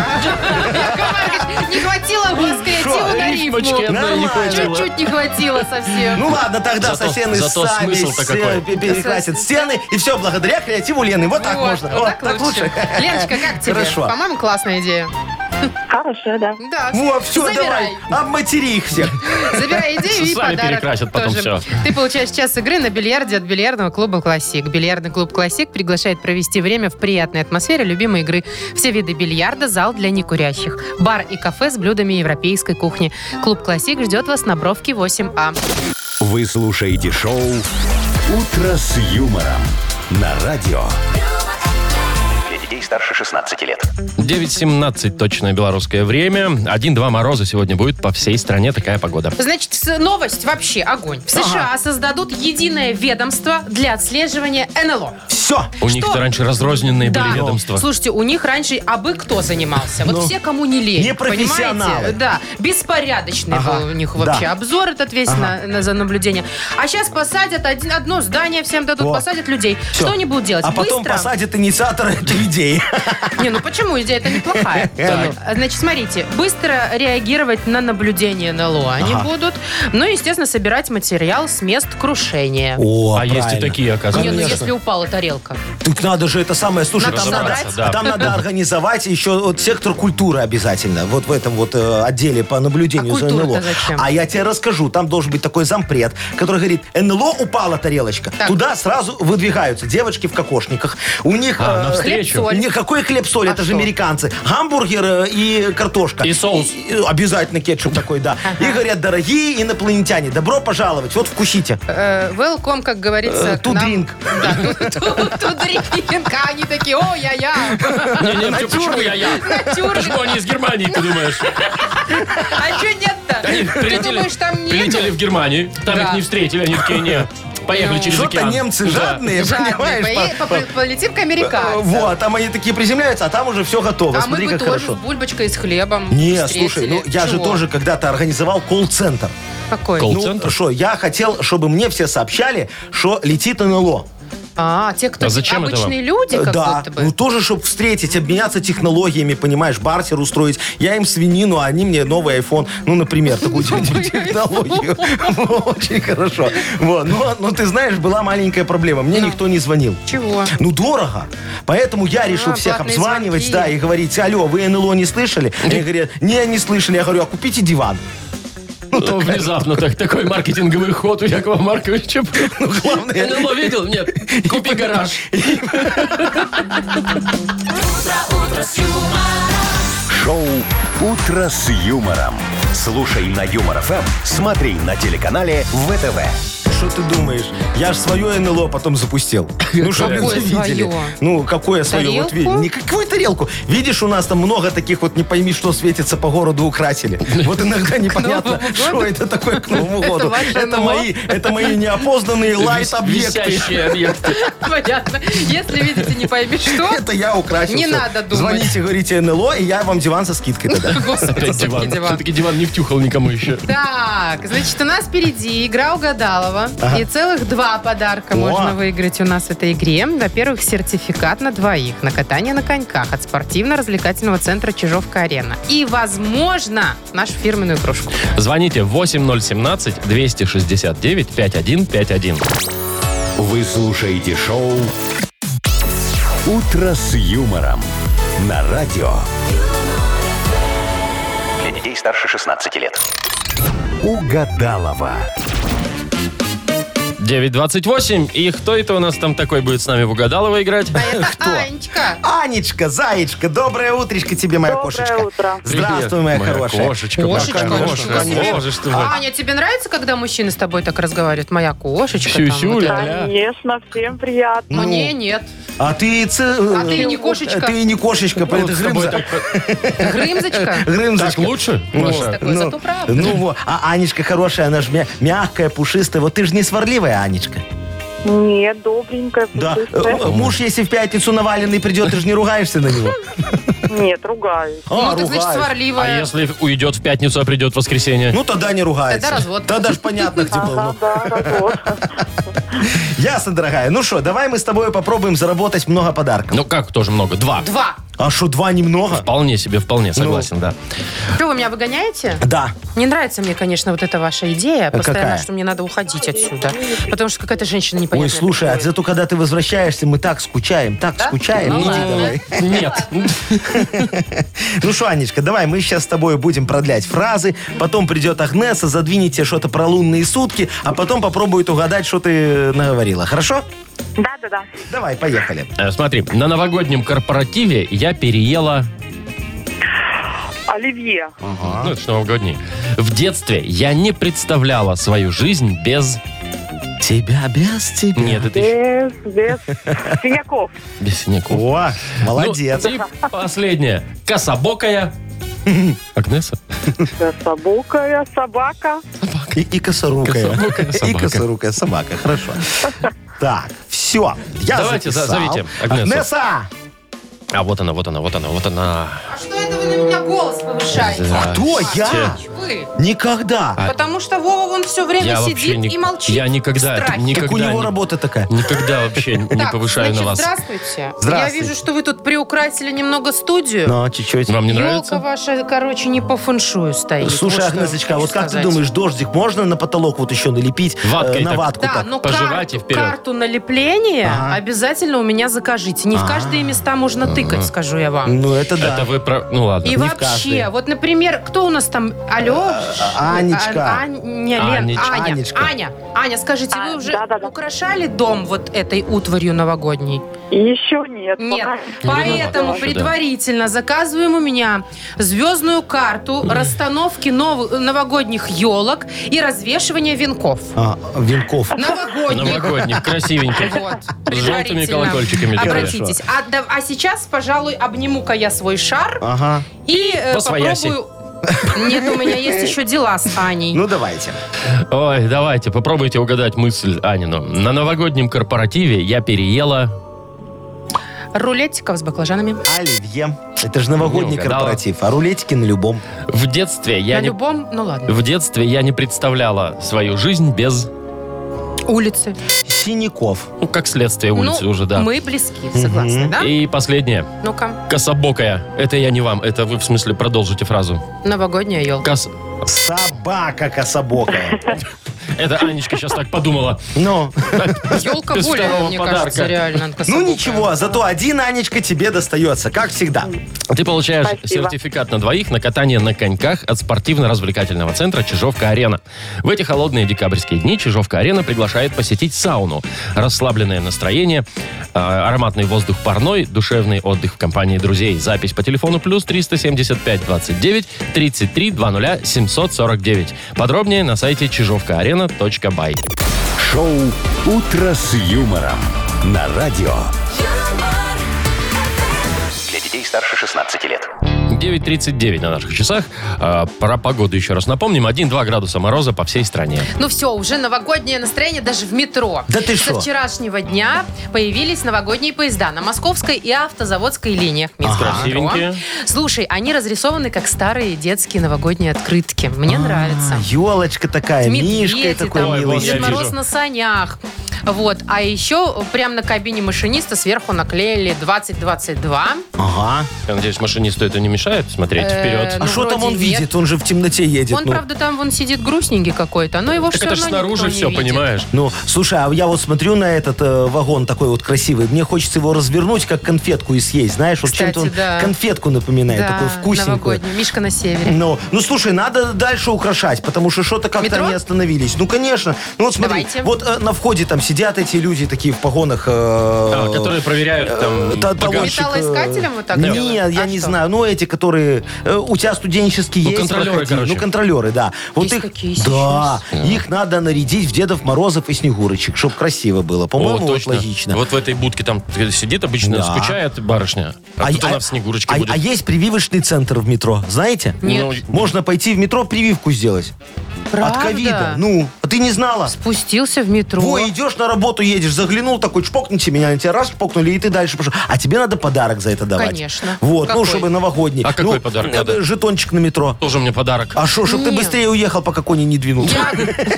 [SPEAKER 3] Не хватило у вас креатива на рифму.
[SPEAKER 2] Рифмочки одной не
[SPEAKER 4] Нормально.
[SPEAKER 2] хватило.
[SPEAKER 3] Чуть-чуть не хватило совсем.
[SPEAKER 4] Ну ладно, тогда
[SPEAKER 2] Зато-
[SPEAKER 4] соседи
[SPEAKER 2] зато
[SPEAKER 4] сами
[SPEAKER 2] смысл-то
[SPEAKER 4] се-
[SPEAKER 2] какой.
[SPEAKER 4] пе- перекрасят стены, и все благодаря креативу Лены. Вот так
[SPEAKER 3] Вот,
[SPEAKER 4] можно.
[SPEAKER 3] вот
[SPEAKER 4] О,
[SPEAKER 3] так лучше. Леночка, как тебе?
[SPEAKER 4] Хорошо.
[SPEAKER 3] По-моему, классная идея.
[SPEAKER 7] Хорошая, да.
[SPEAKER 3] Да.
[SPEAKER 4] Во, все,
[SPEAKER 3] забирай.
[SPEAKER 4] Ну, а давай, обматери их всех.
[SPEAKER 2] *laughs*
[SPEAKER 3] Забирай идею и
[SPEAKER 2] Сами
[SPEAKER 3] подарок.
[SPEAKER 2] перекрасят потом
[SPEAKER 3] тоже.
[SPEAKER 2] всё.
[SPEAKER 3] Ты получаешь час игры на бильярде от бильярдного клуба «Классик». Бильярдный клуб «Классик» приглашает провести время в приятной атмосфере любимой игры. Все виды бильярда, зал для некурящих, бар и кафе с блюдами европейской кухни. Клуб «Классик» ждет вас на Бровке А. 8А.
[SPEAKER 1] Вы слушаете шоу «Утро с юмором» на радио.
[SPEAKER 5] Для детей старше 16 лет.
[SPEAKER 2] 9.17 точное белорусское время. 1-2 мороза сегодня будет по всей стране такая погода.
[SPEAKER 3] Значит, с- новость вообще огонь. В США создадут единое ведомство для отслеживания НЛО.
[SPEAKER 4] Все.
[SPEAKER 2] У них-то раньше разрозненные
[SPEAKER 3] Да.
[SPEAKER 2] были ведомства.
[SPEAKER 3] Слушайте, у них раньше абы кто занимался.
[SPEAKER 4] Ну,
[SPEAKER 3] Вот все, кому не лень.
[SPEAKER 4] не профессионалы.
[SPEAKER 3] понимаете? Да, беспорядочный
[SPEAKER 4] Ага,
[SPEAKER 3] был у них вообще
[SPEAKER 4] да.
[SPEAKER 3] обзор этот весь на, на- за наблюдение. А сейчас посадят один, одно здание, всем дадут,
[SPEAKER 4] О.
[SPEAKER 3] посадят людей.
[SPEAKER 4] Всё.
[SPEAKER 3] Что они будут делать?
[SPEAKER 4] А потом
[SPEAKER 3] Быстро?
[SPEAKER 4] посадят инициатора этой идеи.
[SPEAKER 3] Не, ну почему? Идея это
[SPEAKER 4] *laughs*
[SPEAKER 3] неплохая.
[SPEAKER 4] Э, ну.
[SPEAKER 3] А, Значит, смотрите, быстро реагировать на наблюдение НЛО они
[SPEAKER 4] Ага.
[SPEAKER 3] будут. Ну, и, естественно, собирать материал с мест крушения.
[SPEAKER 4] О,
[SPEAKER 2] а есть и
[SPEAKER 4] правильно.
[SPEAKER 2] такие,
[SPEAKER 3] Не,
[SPEAKER 2] оказывается.
[SPEAKER 3] ну
[SPEAKER 4] конечно.
[SPEAKER 3] если упала тарелка.
[SPEAKER 4] Так надо же это самое, слушай,
[SPEAKER 3] Надо
[SPEAKER 4] там
[SPEAKER 3] собрать.
[SPEAKER 4] надо, а
[SPEAKER 2] Да.
[SPEAKER 4] там надо организовать еще вот сектор культуры обязательно, вот в этом вот э, отделе по наблюдению
[SPEAKER 3] А
[SPEAKER 4] за
[SPEAKER 3] культура-то
[SPEAKER 4] НЛО.
[SPEAKER 3] зачем?
[SPEAKER 4] А я тебе расскажу, там должен быть такой зампред, который говорит, НЛО упала тарелочка,
[SPEAKER 3] Так.
[SPEAKER 4] туда сразу выдвигаются девочки в кокошниках, у них э,
[SPEAKER 2] А, навстречу.
[SPEAKER 3] Хлеб-соль. Соль.
[SPEAKER 4] Никакой хлеб-соль,
[SPEAKER 3] А
[SPEAKER 4] это же
[SPEAKER 3] что?
[SPEAKER 4] американцы. Гамбургер э, и картошка.
[SPEAKER 2] И соус.
[SPEAKER 4] И- и обязательно кетчуп такой, да. И говорят, дорогие инопланетяне, добро пожаловать, вот вкусите.
[SPEAKER 3] Э, Welcome, как говорится,
[SPEAKER 4] Э,
[SPEAKER 3] к
[SPEAKER 4] to
[SPEAKER 3] нам.
[SPEAKER 4] drink.
[SPEAKER 3] Да, to- to- to drink. А они такие, о, я-я.
[SPEAKER 2] Не, не, всё, почему я я?
[SPEAKER 3] Натюрник.
[SPEAKER 2] Почему они из Германии, ты думаешь?
[SPEAKER 3] А что нет-то?
[SPEAKER 2] Они
[SPEAKER 3] Ты
[SPEAKER 2] прилетели,
[SPEAKER 3] думаешь, там нет?
[SPEAKER 2] прилетели в Германию, там
[SPEAKER 3] Да.
[SPEAKER 2] их не встретили, они такие, не, поехали через
[SPEAKER 4] Что-то
[SPEAKER 2] океан.
[SPEAKER 4] немцы
[SPEAKER 2] Да.
[SPEAKER 4] жадные, понимаешь?
[SPEAKER 3] Жадные.
[SPEAKER 4] по-
[SPEAKER 3] По- по- Полетим к
[SPEAKER 4] Э,
[SPEAKER 3] американцам.
[SPEAKER 4] Вот, там они такие приземляются, а там уже все готово.
[SPEAKER 3] А мы
[SPEAKER 4] Смотри,
[SPEAKER 3] бы
[SPEAKER 4] как
[SPEAKER 3] тоже с
[SPEAKER 4] хорошо.
[SPEAKER 3] бульбочкой и с хлебом
[SPEAKER 4] Не,
[SPEAKER 3] встретили.
[SPEAKER 4] слушай, ну я же
[SPEAKER 3] Чего?
[SPEAKER 4] тоже когда-то организовал колл-центр.
[SPEAKER 3] Какой?
[SPEAKER 2] Кол- Колл-центр?
[SPEAKER 4] Ну, что, я хотел, чтобы мне все сообщали, что летит НЛО.
[SPEAKER 3] А, те, кто
[SPEAKER 2] А зачем это
[SPEAKER 3] обычные люди, как
[SPEAKER 4] да,
[SPEAKER 3] будто бы.
[SPEAKER 4] ну тоже, чтобы встретить, обменяться технологиями, понимаешь, бартер устроить. Я им свинину, а они мне новый iPhone. Ну, например,
[SPEAKER 3] *laughs*
[SPEAKER 4] такую технологию. *laughs* Очень хорошо. Вот, но- но ты знаешь, была маленькая проблема. Мне никто не звонил.
[SPEAKER 3] Чего?
[SPEAKER 4] Ну, дорого. Поэтому я решил
[SPEAKER 3] А,
[SPEAKER 4] всех
[SPEAKER 3] платные
[SPEAKER 4] обзванивать,
[SPEAKER 3] звонки.
[SPEAKER 4] да, и говорить, алло, вы НЛО не слышали? Они говорят, не, не слышали. Я говорю, а купите диван.
[SPEAKER 2] Ну, Внезапно так, такой маркетинговый ход у Якова Марковича.
[SPEAKER 4] Ну, главное,
[SPEAKER 2] НЛО видел? Нет. Купи гараж.
[SPEAKER 1] Шоу «Утро с юмором». Слушай на Юмор ФМ, смотри на телеканале ВТВ.
[SPEAKER 4] что ты думаешь? Я же свое НЛО потом
[SPEAKER 3] *laughs*
[SPEAKER 4] запустил. Ну, что
[SPEAKER 2] Какое
[SPEAKER 4] люди видели.
[SPEAKER 3] свое?
[SPEAKER 4] Ну, какое свое? Вот
[SPEAKER 3] Тарелку?
[SPEAKER 4] видишь, не какую тарелку. Видишь, у нас там много таких вот не пойми, что светится по городу украсили. Вот
[SPEAKER 3] *laughs*
[SPEAKER 4] иногда непонятно,
[SPEAKER 3] Новому году?
[SPEAKER 4] что это
[SPEAKER 3] *laughs*
[SPEAKER 4] такое к Новому году.
[SPEAKER 3] ваше
[SPEAKER 4] Это
[SPEAKER 3] НЛО?
[SPEAKER 4] мои, это мои неопознанные лайт-объекты.
[SPEAKER 2] Висящие объекты.
[SPEAKER 3] *laughs* Понятно. Если видите, не пойми
[SPEAKER 4] *laughs*
[SPEAKER 3] что.
[SPEAKER 4] *laughs* Это я украсил.
[SPEAKER 3] Не
[SPEAKER 4] всё.
[SPEAKER 3] надо думать.
[SPEAKER 4] Звоните, говорите НЛО, и я вам диван со скидкой
[SPEAKER 3] *laughs*
[SPEAKER 4] тогда.
[SPEAKER 3] Господи,
[SPEAKER 2] Опять
[SPEAKER 3] все-таки
[SPEAKER 2] диван.
[SPEAKER 3] диван.
[SPEAKER 2] Все-таки диван не втюхал никому еще.
[SPEAKER 3] Так, значит, у нас впереди игра угадалова. И целых два подарка
[SPEAKER 4] О.
[SPEAKER 3] можно выиграть у нас в этой игре. Во-первых, сертификат на двоих на катание на коньках от спортивно-развлекательного центра Чижовка-Арена. И, возможно, нашу фирменную кружку.
[SPEAKER 2] Звоните 8017-269-5151.
[SPEAKER 1] Вы слушаете шоу «Утро с юмором» на радио.
[SPEAKER 5] Для детей старше 16 лет.
[SPEAKER 1] Угадалова.
[SPEAKER 2] 9.28. И кто это у нас там такой будет с нами в угадалово играть?
[SPEAKER 4] А
[SPEAKER 3] Это
[SPEAKER 4] Кто?
[SPEAKER 3] Анечка.
[SPEAKER 4] Анечка, Заечка, доброе утречко тебе, моя
[SPEAKER 7] Доброе
[SPEAKER 4] кошечка.
[SPEAKER 7] утро.
[SPEAKER 4] Здравствуй, моя,
[SPEAKER 2] Привет,
[SPEAKER 4] хорошая.
[SPEAKER 2] Кошечка,
[SPEAKER 3] Кошечка,
[SPEAKER 2] моя
[SPEAKER 3] ничего
[SPEAKER 2] хорошая.
[SPEAKER 3] себе.
[SPEAKER 2] Боже ж ты мой.
[SPEAKER 3] Аня, тебе нравится, когда мужчины с тобой так разговаривают? Моя кошечка. там,
[SPEAKER 2] Сюсюля.
[SPEAKER 3] вот это.
[SPEAKER 2] Ля-ля.
[SPEAKER 7] Конечно, всем приятно.
[SPEAKER 4] Ну.
[SPEAKER 3] Мне нет.
[SPEAKER 4] А ты... ц- э,
[SPEAKER 3] А ты и не кошечка.
[SPEAKER 4] Ты и не кошечка,
[SPEAKER 2] Ну,
[SPEAKER 4] поэтому
[SPEAKER 2] с тобой
[SPEAKER 4] Грымза-
[SPEAKER 2] так-
[SPEAKER 4] *laughs*
[SPEAKER 3] Грымзочка.
[SPEAKER 2] Так
[SPEAKER 4] Грымзочка.
[SPEAKER 2] лучше,
[SPEAKER 3] Есть
[SPEAKER 2] Маша?
[SPEAKER 3] такое, зато правда.
[SPEAKER 4] ну вот. А Анечка хорошая, она же мя- мягкая, пушистая. Вот ты же не сварливая, Анечка.
[SPEAKER 7] Нет, добренькая,
[SPEAKER 4] Ну. Да.
[SPEAKER 7] пушистая.
[SPEAKER 4] Э, Муж, если в пятницу наваленный придет, ты же не ругаешься
[SPEAKER 3] *laughs*
[SPEAKER 4] на него.
[SPEAKER 7] Нет, ругаюсь.
[SPEAKER 4] А,
[SPEAKER 3] ну, ты, значит,
[SPEAKER 4] ругаешься.
[SPEAKER 2] А
[SPEAKER 3] сварливая.
[SPEAKER 2] если уйдет в пятницу, а придет в воскресенье?
[SPEAKER 4] Ну, тогда не ругается.
[SPEAKER 3] Тогда развод.
[SPEAKER 4] Тогда ж понятно, где было. Ну,
[SPEAKER 7] Ага,
[SPEAKER 3] *laughs*
[SPEAKER 7] да, развод.
[SPEAKER 4] *laughs* Ясно, дорогая. Ну что, давай мы с тобой попробуем заработать много подарков.
[SPEAKER 2] Ну как тоже много? Два.
[SPEAKER 3] Два.
[SPEAKER 4] А что, два немного?
[SPEAKER 2] Вполне себе,
[SPEAKER 4] Ну,
[SPEAKER 2] вполне, согласен, да.
[SPEAKER 3] Что, вы меня выгоняете?
[SPEAKER 4] Да.
[SPEAKER 3] Не нравится мне, конечно, вот эта ваша
[SPEAKER 2] Э,
[SPEAKER 3] идея. Постоянно,
[SPEAKER 4] какая?
[SPEAKER 3] что мне надо уходить отсюда. Потому что какая-то женщина непонятная.
[SPEAKER 4] Ой, слушай, а зато когда ты возвращаешься, мы так скучаем, так скучаем.
[SPEAKER 3] Ну
[SPEAKER 4] Иди
[SPEAKER 3] ладно.
[SPEAKER 4] давай.
[SPEAKER 2] Нет.
[SPEAKER 4] Ну что, Анечка, давай, мы сейчас с тобой будем продлять фразы, потом придет Агнеса, задвинет тебе что-то про лунные сутки, а потом попробует угадать, что ты наговорила. Хорошо?
[SPEAKER 7] Да-да-да.
[SPEAKER 4] Давай, поехали.
[SPEAKER 2] Э, Смотри, на новогоднем корпоративе я переела...
[SPEAKER 7] Оливье.
[SPEAKER 4] А?
[SPEAKER 2] Ну, это ж новогодний. В детстве я не представляла свою жизнь без...
[SPEAKER 4] Тебя без тебя.
[SPEAKER 2] Нет, это еще
[SPEAKER 7] Без, без
[SPEAKER 4] *laughs*
[SPEAKER 7] синяков.
[SPEAKER 2] без синяков.
[SPEAKER 4] Э. О, молодец.
[SPEAKER 2] Ну, и последнее. Кособокая...
[SPEAKER 4] *laughs*
[SPEAKER 2] Агнеса?
[SPEAKER 7] Собокая, собака.
[SPEAKER 4] И, и косорукая.
[SPEAKER 2] Косорукая
[SPEAKER 4] И
[SPEAKER 2] собака.
[SPEAKER 4] косорукая собака, хорошо. Так, все. Я
[SPEAKER 2] Давайте, за-
[SPEAKER 4] записал.
[SPEAKER 2] зовите Агнесу.
[SPEAKER 4] Агнеса!
[SPEAKER 2] А вот она, вот она, вот она, вот она.
[SPEAKER 3] А что это вы на меня голос повышаете?
[SPEAKER 2] А,
[SPEAKER 4] Кто я?
[SPEAKER 3] Вы.
[SPEAKER 4] Никогда.
[SPEAKER 3] Потому что Вова вон все время
[SPEAKER 2] Я вообще
[SPEAKER 3] сидит
[SPEAKER 2] ни-
[SPEAKER 3] и молчит.
[SPEAKER 2] я никогда
[SPEAKER 3] в страхе.
[SPEAKER 2] это не-
[SPEAKER 4] Так у
[SPEAKER 2] никогда
[SPEAKER 4] него
[SPEAKER 2] не-
[SPEAKER 4] работа такая.
[SPEAKER 2] Никогда вообще не
[SPEAKER 3] Так,
[SPEAKER 2] повышаю на
[SPEAKER 3] значит,
[SPEAKER 2] вас.
[SPEAKER 3] Здравствуйте. Я
[SPEAKER 4] Здравствуйте.
[SPEAKER 3] вижу, что вы тут приукрасили немного студию.
[SPEAKER 4] Ну, чуть-чуть.
[SPEAKER 2] Вам не
[SPEAKER 3] Елка
[SPEAKER 2] нравится?
[SPEAKER 3] ваша, короче, не по фэншую стоит.
[SPEAKER 4] Слушай,
[SPEAKER 3] Вот что я
[SPEAKER 4] Агнесочка, а
[SPEAKER 3] хочу
[SPEAKER 4] вот как
[SPEAKER 3] сказать.
[SPEAKER 4] ты думаешь, дождик можно на потолок вот еще налепить? э,
[SPEAKER 2] Ваткой
[SPEAKER 4] на
[SPEAKER 2] так.
[SPEAKER 4] ватку
[SPEAKER 3] Да, ну,
[SPEAKER 4] так?
[SPEAKER 3] но
[SPEAKER 2] пожевать и
[SPEAKER 3] карту,
[SPEAKER 2] вперед.
[SPEAKER 3] карту налепления обязательно у меня закажите. Не в
[SPEAKER 2] А.
[SPEAKER 3] каждые места можно тыкать, скажу я вам.
[SPEAKER 4] Ну, это да.
[SPEAKER 2] Это вы про... Ну ладно.
[SPEAKER 3] И
[SPEAKER 4] в
[SPEAKER 3] вообще,
[SPEAKER 4] каждой.
[SPEAKER 3] вот, например, кто у нас там? Алло?
[SPEAKER 4] а, Анечка.
[SPEAKER 3] А, Аня, Лен,
[SPEAKER 2] Анечка.
[SPEAKER 3] Аня,
[SPEAKER 4] Анечка.
[SPEAKER 3] Аня, Аня, скажите,
[SPEAKER 7] А,
[SPEAKER 3] вы уже
[SPEAKER 7] да-да-да.
[SPEAKER 3] украшали дом вот этой утварью новогодней?
[SPEAKER 7] Еще нет.
[SPEAKER 3] Нет.
[SPEAKER 7] пока.
[SPEAKER 2] Ну,
[SPEAKER 3] Поэтому
[SPEAKER 2] да.
[SPEAKER 3] предварительно заказываем у меня звездную карту расстановки нов- новогодних елок и развешивания венков.
[SPEAKER 4] А, венков.
[SPEAKER 3] Новогодних.
[SPEAKER 2] Новогодних, красивеньких.
[SPEAKER 3] Вот.
[SPEAKER 2] С желтыми
[SPEAKER 3] предварительно.
[SPEAKER 2] колокольчиками. такие.
[SPEAKER 3] Обратитесь. А, да- а сейчас, пожалуй, обниму-ка я свой шар
[SPEAKER 4] Ага.
[SPEAKER 3] и э,
[SPEAKER 2] Посвояси.
[SPEAKER 3] попробую... Нет, у меня есть еще дела с Аней.
[SPEAKER 4] Ну, давайте.
[SPEAKER 2] Ой, давайте, попробуйте угадать мысль Анину. На новогоднем корпоративе я переела...
[SPEAKER 3] Рулетиков с баклажанами.
[SPEAKER 4] Оливье. Это же новогодний
[SPEAKER 2] Не угадала.
[SPEAKER 4] корпоратив, а рулетики на любом.
[SPEAKER 2] В детстве я
[SPEAKER 3] На
[SPEAKER 2] не...
[SPEAKER 3] любом, ну ладно.
[SPEAKER 2] В детстве я не представляла свою жизнь без...
[SPEAKER 3] Улицы.
[SPEAKER 4] Синяков.
[SPEAKER 2] Ну, как следствие улицы
[SPEAKER 3] ну,
[SPEAKER 2] уже, да.
[SPEAKER 3] мы близки, согласны, да?
[SPEAKER 2] И последнее.
[SPEAKER 3] Ну-ка,
[SPEAKER 2] Кособокая. Это я не вам. Это вы, в смысле, продолжите фразу.
[SPEAKER 3] новогодняя елка.
[SPEAKER 2] Кос...
[SPEAKER 4] Собака кособокая.
[SPEAKER 2] Это Анечка сейчас так подумала.
[SPEAKER 3] *laughs*
[SPEAKER 4] Ну,
[SPEAKER 3] Елка
[SPEAKER 2] Без
[SPEAKER 3] более,
[SPEAKER 2] второго
[SPEAKER 3] мне
[SPEAKER 2] подарка.
[SPEAKER 3] кажется, реально.
[SPEAKER 4] ну
[SPEAKER 3] кособокая.
[SPEAKER 4] ничего, зато один, Анечка, тебе достается, как всегда.
[SPEAKER 2] Ты получаешь
[SPEAKER 7] Спасибо.
[SPEAKER 2] сертификат на двоих на катание на коньках от спортивно-развлекательного центра «Чижовка-арена». В эти холодные декабрьские дни «Чижовка-арена» приглашает посетить сауну. Расслабленное настроение, э, ароматный воздух парной, душевный отдых в компании друзей. Запись по телефону плюс 375-29-33-00-749. Подробнее на сайте чижовкаарена.бай.
[SPEAKER 1] Шоу «Утро с юмором» на радио.
[SPEAKER 8] юмор,
[SPEAKER 5] Для детей старше 16 лет.
[SPEAKER 2] 9.39 на наших часах. Э, Про погоду еще раз напомним. 1-2 градуса мороза по всей стране.
[SPEAKER 3] Ну все, уже новогоднее настроение даже в метро.
[SPEAKER 4] Да ты
[SPEAKER 3] Со
[SPEAKER 4] шо?
[SPEAKER 3] вчерашнего дня появились новогодние поезда на Московской и Автозаводской линиях Минского метро.
[SPEAKER 2] Красивенькие.
[SPEAKER 3] Слушай, они разрисованы как старые детские новогодние открытки. Мне нравится.
[SPEAKER 4] Елочка такая,
[SPEAKER 3] Медведи
[SPEAKER 4] мишка такой
[SPEAKER 3] там,
[SPEAKER 2] Ой,
[SPEAKER 4] милый.
[SPEAKER 2] вот я
[SPEAKER 3] Дед
[SPEAKER 4] сидит.
[SPEAKER 2] вижу.
[SPEAKER 3] Мороз на санях. Вот. А еще прямо на кабине машиниста сверху наклеили 2022.
[SPEAKER 4] Ага.
[SPEAKER 2] Я надеюсь, машинисту это не мешает смотреть
[SPEAKER 3] Э,
[SPEAKER 2] вперед.
[SPEAKER 4] А
[SPEAKER 3] Ну,
[SPEAKER 4] что там
[SPEAKER 3] вроде
[SPEAKER 4] он
[SPEAKER 3] нет.
[SPEAKER 4] видит? Он же в темноте едет.
[SPEAKER 3] Он,
[SPEAKER 4] ну.
[SPEAKER 3] правда, там вон сидит грустненький какой-то, но его
[SPEAKER 2] Так
[SPEAKER 3] все
[SPEAKER 2] А это же
[SPEAKER 3] равно никто
[SPEAKER 2] снаружи
[SPEAKER 3] не
[SPEAKER 2] все,
[SPEAKER 3] видит.
[SPEAKER 2] понимаешь?
[SPEAKER 4] Ну, слушай, а я вот смотрю на этот э, вагон такой вот красивый, мне хочется его развернуть, как конфетку и съесть, знаешь, вот
[SPEAKER 3] Кстати,
[SPEAKER 4] чем-то он
[SPEAKER 3] да.
[SPEAKER 4] конфетку напоминает,
[SPEAKER 3] Да,
[SPEAKER 4] такой вкусненькую.
[SPEAKER 3] новогодний. Мишка на севере.
[SPEAKER 4] Ну, ну, слушай, надо дальше украшать, потому что что-то как-то
[SPEAKER 3] Метро?
[SPEAKER 4] не остановились. Ну, конечно. Ну, вот смотри,
[SPEAKER 3] Давайте.
[SPEAKER 4] вот э, на входе там сидят эти люди такие в погонах. э,
[SPEAKER 2] А, которые проверяют
[SPEAKER 4] э,
[SPEAKER 2] там...
[SPEAKER 4] та-
[SPEAKER 2] багаж.
[SPEAKER 4] товарщик, э,
[SPEAKER 3] Металлоискателем вот так
[SPEAKER 4] Нет,
[SPEAKER 3] делают?
[SPEAKER 4] я
[SPEAKER 3] А
[SPEAKER 4] не
[SPEAKER 3] что?
[SPEAKER 4] знаю. Ну, эти, которые... э, у тебя студенческий
[SPEAKER 2] Ну,
[SPEAKER 4] есть?
[SPEAKER 2] контролеры,
[SPEAKER 4] проходи.
[SPEAKER 2] короче.
[SPEAKER 4] Ну, контролеры, да. Вот
[SPEAKER 3] Есть
[SPEAKER 4] их,
[SPEAKER 3] такие
[SPEAKER 4] да, их надо нарядить в Дедов Морозов и Снегурочек, чтобы красиво было.
[SPEAKER 2] О,
[SPEAKER 4] По-моему, вот
[SPEAKER 2] точно.
[SPEAKER 4] логично.
[SPEAKER 2] Вот в этой будке там сидит обычно,
[SPEAKER 4] Да.
[SPEAKER 2] скучает барышня. А, тут она в снегурочке
[SPEAKER 4] а-
[SPEAKER 2] будет.
[SPEAKER 4] а есть прививочный центр в метро, знаете?
[SPEAKER 3] Нет.
[SPEAKER 2] Ну,
[SPEAKER 4] Можно пойти в метро прививку сделать.
[SPEAKER 3] Правда?
[SPEAKER 4] От ковида. Ну, а ты не знала?
[SPEAKER 3] Спустился в метро.
[SPEAKER 4] Во, идешь на работу, едешь, заглянул такой, чпокните меня, на тебя раз чпокнули, и ты дальше пошел. А тебе надо подарок за это давать.
[SPEAKER 3] Конечно.
[SPEAKER 4] Вот,
[SPEAKER 3] Какой?
[SPEAKER 4] ну, чтобы новогодний.
[SPEAKER 2] А какой
[SPEAKER 4] Ну,
[SPEAKER 2] подарок
[SPEAKER 4] э,
[SPEAKER 2] надо?
[SPEAKER 4] Жетончик на метро.
[SPEAKER 2] Тоже мне подарок.
[SPEAKER 4] А что, чтобы ты
[SPEAKER 3] Не.
[SPEAKER 4] быстрее уехал, пока кони не двинулся?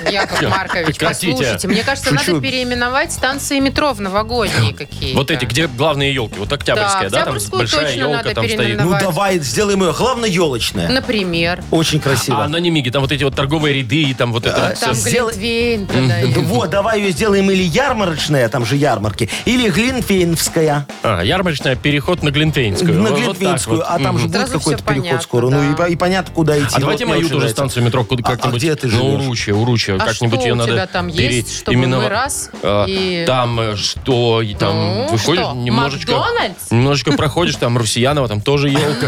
[SPEAKER 3] Я- Яков Маркович,
[SPEAKER 2] Прекратите.
[SPEAKER 3] послушайте, мне кажется,
[SPEAKER 4] Шучу.
[SPEAKER 3] надо переименовать станции метро в новогодние какие-то.
[SPEAKER 2] Вот эти, где главные елки. Вот октябрьская, да?
[SPEAKER 3] Да,
[SPEAKER 2] Там
[SPEAKER 3] октябрьскую
[SPEAKER 2] большая
[SPEAKER 3] точно
[SPEAKER 2] елка
[SPEAKER 3] надо
[SPEAKER 2] там стоит.
[SPEAKER 4] Ну
[SPEAKER 3] переименовать.
[SPEAKER 4] давай, сделаем ее. Главное, елочная.
[SPEAKER 3] Например,
[SPEAKER 4] Очень красиво. Э,
[SPEAKER 2] А на Немиге там вот эти вот торговые ряды и там вот это
[SPEAKER 3] там
[SPEAKER 2] все.
[SPEAKER 4] сделай-
[SPEAKER 3] Глинтвейн. тогда и-
[SPEAKER 4] Вот, давай ее сделаем или ярмарочная, там же ярмарки, или глинфейнская,
[SPEAKER 2] А, ярмарочная, переход на Глинтвейнскую. Вот-
[SPEAKER 4] на
[SPEAKER 2] вот так
[SPEAKER 4] глинфейнскую,
[SPEAKER 2] вот.
[SPEAKER 4] а там
[SPEAKER 2] Мгм.
[SPEAKER 4] же будет
[SPEAKER 3] Сразу
[SPEAKER 4] какой-то
[SPEAKER 3] всё
[SPEAKER 4] переход
[SPEAKER 3] понятно,
[SPEAKER 4] скоро. Ну и,
[SPEAKER 3] да.
[SPEAKER 4] по- и понятно, куда идти.
[SPEAKER 2] А давайте
[SPEAKER 4] Вот мне
[SPEAKER 2] мою
[SPEAKER 4] очень
[SPEAKER 2] тоже
[SPEAKER 4] нравится.
[SPEAKER 2] станцию метро куда-
[SPEAKER 4] А- а
[SPEAKER 2] как-нибудь. Ну,
[SPEAKER 4] где ты
[SPEAKER 2] на
[SPEAKER 4] живешь?
[SPEAKER 2] Уручье, Уручье.
[SPEAKER 3] А
[SPEAKER 2] как-нибудь
[SPEAKER 3] что
[SPEAKER 2] ее
[SPEAKER 3] у
[SPEAKER 2] надо
[SPEAKER 3] тебя там есть,
[SPEAKER 2] пере-
[SPEAKER 3] чтобы
[SPEAKER 2] именно-
[SPEAKER 3] мы раз
[SPEAKER 2] А,
[SPEAKER 3] и-
[SPEAKER 2] Там э, что? и Там
[SPEAKER 3] Ну,
[SPEAKER 2] выходишь
[SPEAKER 3] что,
[SPEAKER 2] немножечко...
[SPEAKER 3] Макдональдс?
[SPEAKER 2] Немножечко проходишь, там Русиянова, там тоже елка.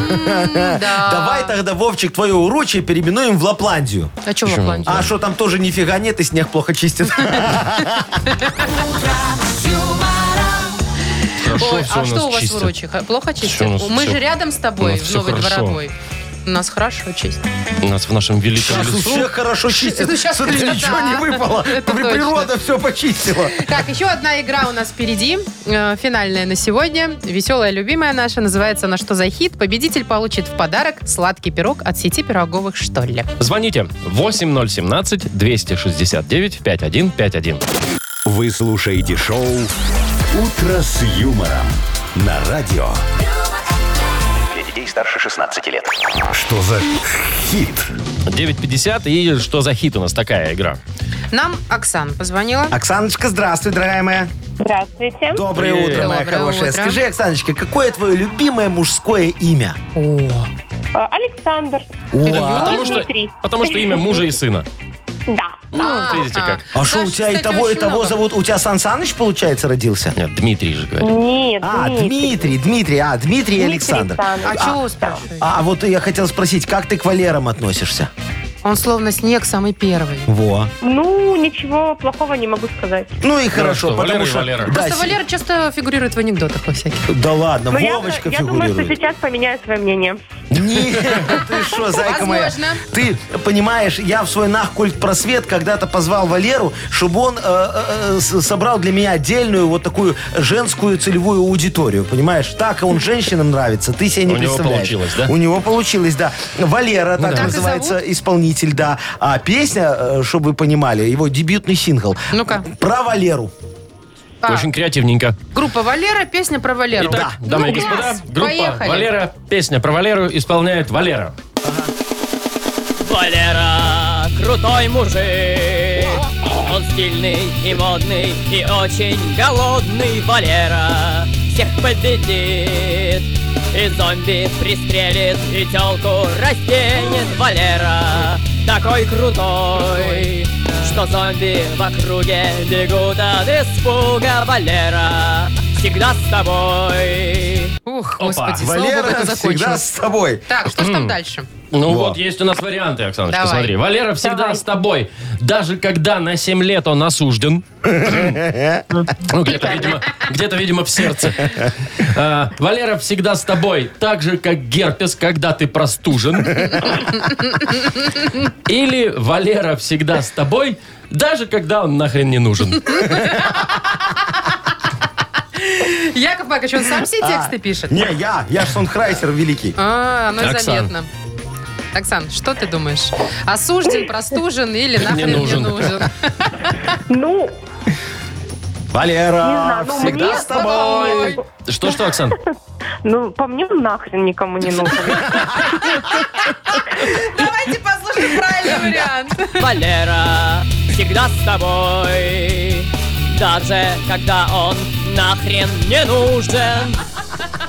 [SPEAKER 3] Да.
[SPEAKER 4] Давай тогда, Вовчик, твое урочье переименуем в Лапландию.
[SPEAKER 3] А что в Атланте?
[SPEAKER 4] А что, там тоже нифига нет, и снег плохо
[SPEAKER 3] *laughs*
[SPEAKER 4] чистит.
[SPEAKER 2] Хорошо,
[SPEAKER 3] Ой,
[SPEAKER 2] все
[SPEAKER 3] а
[SPEAKER 2] у
[SPEAKER 3] что у
[SPEAKER 2] нас
[SPEAKER 3] вас в
[SPEAKER 2] чисто.
[SPEAKER 3] Урочих? Плохо чисто?
[SPEAKER 2] Всё у нас
[SPEAKER 3] Мы
[SPEAKER 2] всё-
[SPEAKER 3] же рядом с тобой,
[SPEAKER 2] у нас
[SPEAKER 3] в
[SPEAKER 2] всё
[SPEAKER 3] Новой
[SPEAKER 2] хорошо.
[SPEAKER 3] Дворовой. У нас хорошо чисто.
[SPEAKER 2] У нас в нашем великом
[SPEAKER 4] Сейчас
[SPEAKER 2] лесу.
[SPEAKER 4] все хорошо чистит.
[SPEAKER 3] Ну, щас
[SPEAKER 4] Смотри,
[SPEAKER 3] когда
[SPEAKER 4] ничего
[SPEAKER 3] да.
[SPEAKER 4] не выпало.
[SPEAKER 3] Это
[SPEAKER 4] При-
[SPEAKER 3] точно.
[SPEAKER 4] Природа все почистила.
[SPEAKER 3] Так, еще одна игра у нас впереди. э, Финальная на сегодня. Веселая, любимая наша. Называется «На что за хит?». Победитель получит в подарок сладкий пирог от сети пироговых «Что ли?».
[SPEAKER 2] Звоните 8017-269-5151.
[SPEAKER 1] Вы слушаете шоу «Утро с юмором» на радио.
[SPEAKER 5] Для детей старше 16 лет.
[SPEAKER 1] Что за хит?
[SPEAKER 2] 9.50. И что за хит у нас такая игра?
[SPEAKER 3] Нам Оксана позвонила.
[SPEAKER 4] Оксаночка, здравствуй, дорогая моя.
[SPEAKER 7] Здравствуйте.
[SPEAKER 4] Доброе
[SPEAKER 2] Привет.
[SPEAKER 4] утро, моя
[SPEAKER 3] Доброе
[SPEAKER 4] хорошая.
[SPEAKER 3] утро.
[SPEAKER 4] Скажи, Оксаночка, какое твое любимое мужское имя?
[SPEAKER 7] Э, Александр.
[SPEAKER 4] О, а
[SPEAKER 2] Потому что,
[SPEAKER 7] Внутри.
[SPEAKER 2] потому что имя мужа и сына.
[SPEAKER 7] Да.
[SPEAKER 2] Ну, видите как.
[SPEAKER 4] а что, у
[SPEAKER 3] Саша,
[SPEAKER 4] тебя и
[SPEAKER 3] кстати,
[SPEAKER 4] того, и
[SPEAKER 3] очень
[SPEAKER 4] того
[SPEAKER 3] много.
[SPEAKER 4] зовут? У тебя Сан Саныч, получается, родился?
[SPEAKER 2] Нет, Дмитрий же говорит.
[SPEAKER 7] Нет,
[SPEAKER 4] А,
[SPEAKER 7] нет.
[SPEAKER 4] Дмитрий, Дмитрий, а, Дмитрий и Александр.
[SPEAKER 3] А чего вы спрашиваете?
[SPEAKER 4] А вот я хотел спросить, как ты к Валерам относишься?
[SPEAKER 3] а, Он словно снег самый первый.
[SPEAKER 4] Во.
[SPEAKER 7] Ну, ничего плохого не могу сказать.
[SPEAKER 4] Ну и хорошо,
[SPEAKER 2] что, Валера
[SPEAKER 4] потому
[SPEAKER 2] и
[SPEAKER 4] что...
[SPEAKER 2] Валера.
[SPEAKER 4] Да,
[SPEAKER 3] Просто
[SPEAKER 4] се-
[SPEAKER 3] Валера часто фигурирует в анекдотах во всяких.
[SPEAKER 4] Да ладно,
[SPEAKER 7] Но Ну, я-
[SPEAKER 4] Вовочка
[SPEAKER 7] я, думаю, что
[SPEAKER 4] фигурирует.
[SPEAKER 7] сейчас поменяю свое мнение.
[SPEAKER 4] Нет, *laughs* ты что, зайка моя.
[SPEAKER 3] Возможно.
[SPEAKER 4] Ты понимаешь, я в свой нахкульт просвет когда-то позвал Валеру, чтобы он э, э, э, с- собрал для меня отдельную вот такую женскую целевую аудиторию, понимаешь? Так он женщинам нравится, ты себе не
[SPEAKER 2] У него
[SPEAKER 4] представляешь.
[SPEAKER 2] получилось, да? Ну
[SPEAKER 4] У него получилось, да. Валера, так
[SPEAKER 3] да.
[SPEAKER 4] называется
[SPEAKER 3] Так
[SPEAKER 4] исполнитель, да. А песня, э, чтобы вы понимали, его дебютный сингл.
[SPEAKER 3] Ну-ка.
[SPEAKER 4] Про Валеру.
[SPEAKER 3] А,
[SPEAKER 2] Очень креативненько.
[SPEAKER 3] Группа Валера, песня про Валеру.
[SPEAKER 2] Итак,
[SPEAKER 3] Да.
[SPEAKER 2] дамы и
[SPEAKER 3] Ну,
[SPEAKER 2] господа,
[SPEAKER 3] класс,
[SPEAKER 2] группа
[SPEAKER 3] поехали.
[SPEAKER 2] Валера. Песня про Валеру исполняет Валера.
[SPEAKER 8] Валера крутой мужик. Он стильный и модный и очень голодный Валера. Всех победит. И зомби пристрелит, и телку растянет Валера. Такой крутой, что зомби в округе бегут от испуга Валера. Всегда с тобой.
[SPEAKER 3] Ух,
[SPEAKER 2] Опа,
[SPEAKER 3] господи, слава богу,
[SPEAKER 4] Валера
[SPEAKER 3] это
[SPEAKER 4] всегда
[SPEAKER 3] закончилось.
[SPEAKER 4] с тобой.
[SPEAKER 3] Так, что ж там дальше?
[SPEAKER 2] Ну
[SPEAKER 4] Во.
[SPEAKER 2] вот, есть у нас варианты, Оксаночка,
[SPEAKER 3] Давай.
[SPEAKER 2] смотри. Валера всегда с тобой, даже когда на 7 лет он осужден. Ну, где-то, видимо, где-то, видимо, в сердце. А, Валера всегда с тобой, так же, как герпес, когда ты простужен. Или Валера всегда с тобой, даже когда он нахрен не нужен.
[SPEAKER 3] Яков Маркович, он сам все тексты пишет?
[SPEAKER 4] А, Не, я, я ж Сонхрайсер великий.
[SPEAKER 3] А, ну и
[SPEAKER 2] Оксан.
[SPEAKER 3] заметно. Оксан, что ты думаешь?
[SPEAKER 4] *laughs*
[SPEAKER 3] Осужден, простужен или нахрен не
[SPEAKER 2] нужен.
[SPEAKER 3] нужен?
[SPEAKER 7] Ну, Не
[SPEAKER 4] Валера,
[SPEAKER 7] знаю, ну,
[SPEAKER 4] А, всегда
[SPEAKER 7] мне-
[SPEAKER 4] с тобой.
[SPEAKER 2] Что-что, Оксан?
[SPEAKER 7] Ну, по мне, он нахрен никому
[SPEAKER 4] *laughs*
[SPEAKER 7] не нужен.
[SPEAKER 3] Давайте послушаем
[SPEAKER 4] *laughs*
[SPEAKER 3] правильный вариант.
[SPEAKER 8] Валера всегда с тобой Даже когда он нахрен не нужен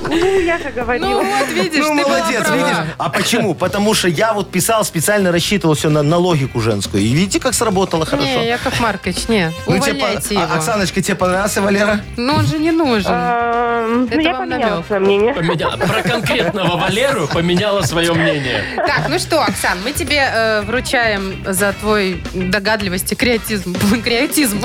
[SPEAKER 7] Ну, я же говорила.
[SPEAKER 3] Ну вот, видишь,
[SPEAKER 4] Ну,
[SPEAKER 3] ты была
[SPEAKER 4] молодец,
[SPEAKER 3] права.
[SPEAKER 4] видишь? А почему? Потому что я вот писал, специально рассчитывал все на, на логику женскую. И видите, как сработало хорошо?
[SPEAKER 3] Не, Яков Маркович, не,
[SPEAKER 4] Ну, тебе по-
[SPEAKER 3] увольняйте
[SPEAKER 4] А-
[SPEAKER 3] его.
[SPEAKER 4] Оксаночка, тебе понравился Валера?
[SPEAKER 3] Но он же не нужен.
[SPEAKER 7] Эм,
[SPEAKER 3] Это
[SPEAKER 7] Ну, я
[SPEAKER 3] вам
[SPEAKER 7] поменяла
[SPEAKER 3] намек.
[SPEAKER 7] свое мнение.
[SPEAKER 2] Поменя- Про конкретного Валеру поменяла свое мнение.
[SPEAKER 3] Так, ну что, Оксан, мы тебе э, вручаем за твой догадливость и креатизм. *laughs* Креатизм.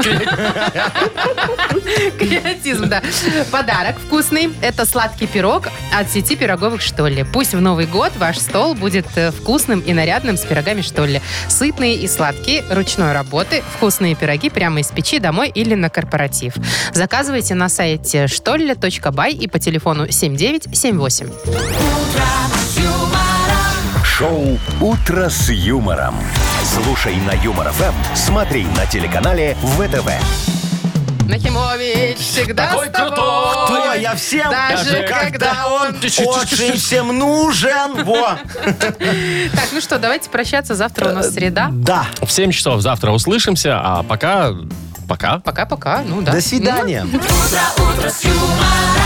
[SPEAKER 3] Креатизм, да. Подарок вкусный. Это сладкий пирог от сети пироговых «Что ли». Пусть в Новый год ваш стол будет э, вкусным и нарядным с пирогами «Что ли». Сытные и сладкие, ручной работы, вкусные пироги прямо из печи домой или на корпоратив. Заказывайте на сайте что бай и по телефону 7978.
[SPEAKER 1] Шоу «Утро с юмором». Слушай на Юмор ФМ, смотри на телеканале ВТВ.
[SPEAKER 3] Нахимович всегда
[SPEAKER 2] Такой
[SPEAKER 3] с тобой.
[SPEAKER 2] крутой.
[SPEAKER 4] Кто я всем?
[SPEAKER 3] Даже когда *laughs*
[SPEAKER 4] он
[SPEAKER 2] Ты чё, чё, чё,
[SPEAKER 4] очень
[SPEAKER 2] чё?
[SPEAKER 4] всем нужен. Во.
[SPEAKER 3] Так, ну что, давайте прощаться. Завтра у нас среда.
[SPEAKER 4] Да.
[SPEAKER 2] В 7 часов завтра услышимся, а пока... Пока.
[SPEAKER 3] Пока-пока. Ну да.
[SPEAKER 4] До свидания.
[SPEAKER 9] Утро, утро с юмором.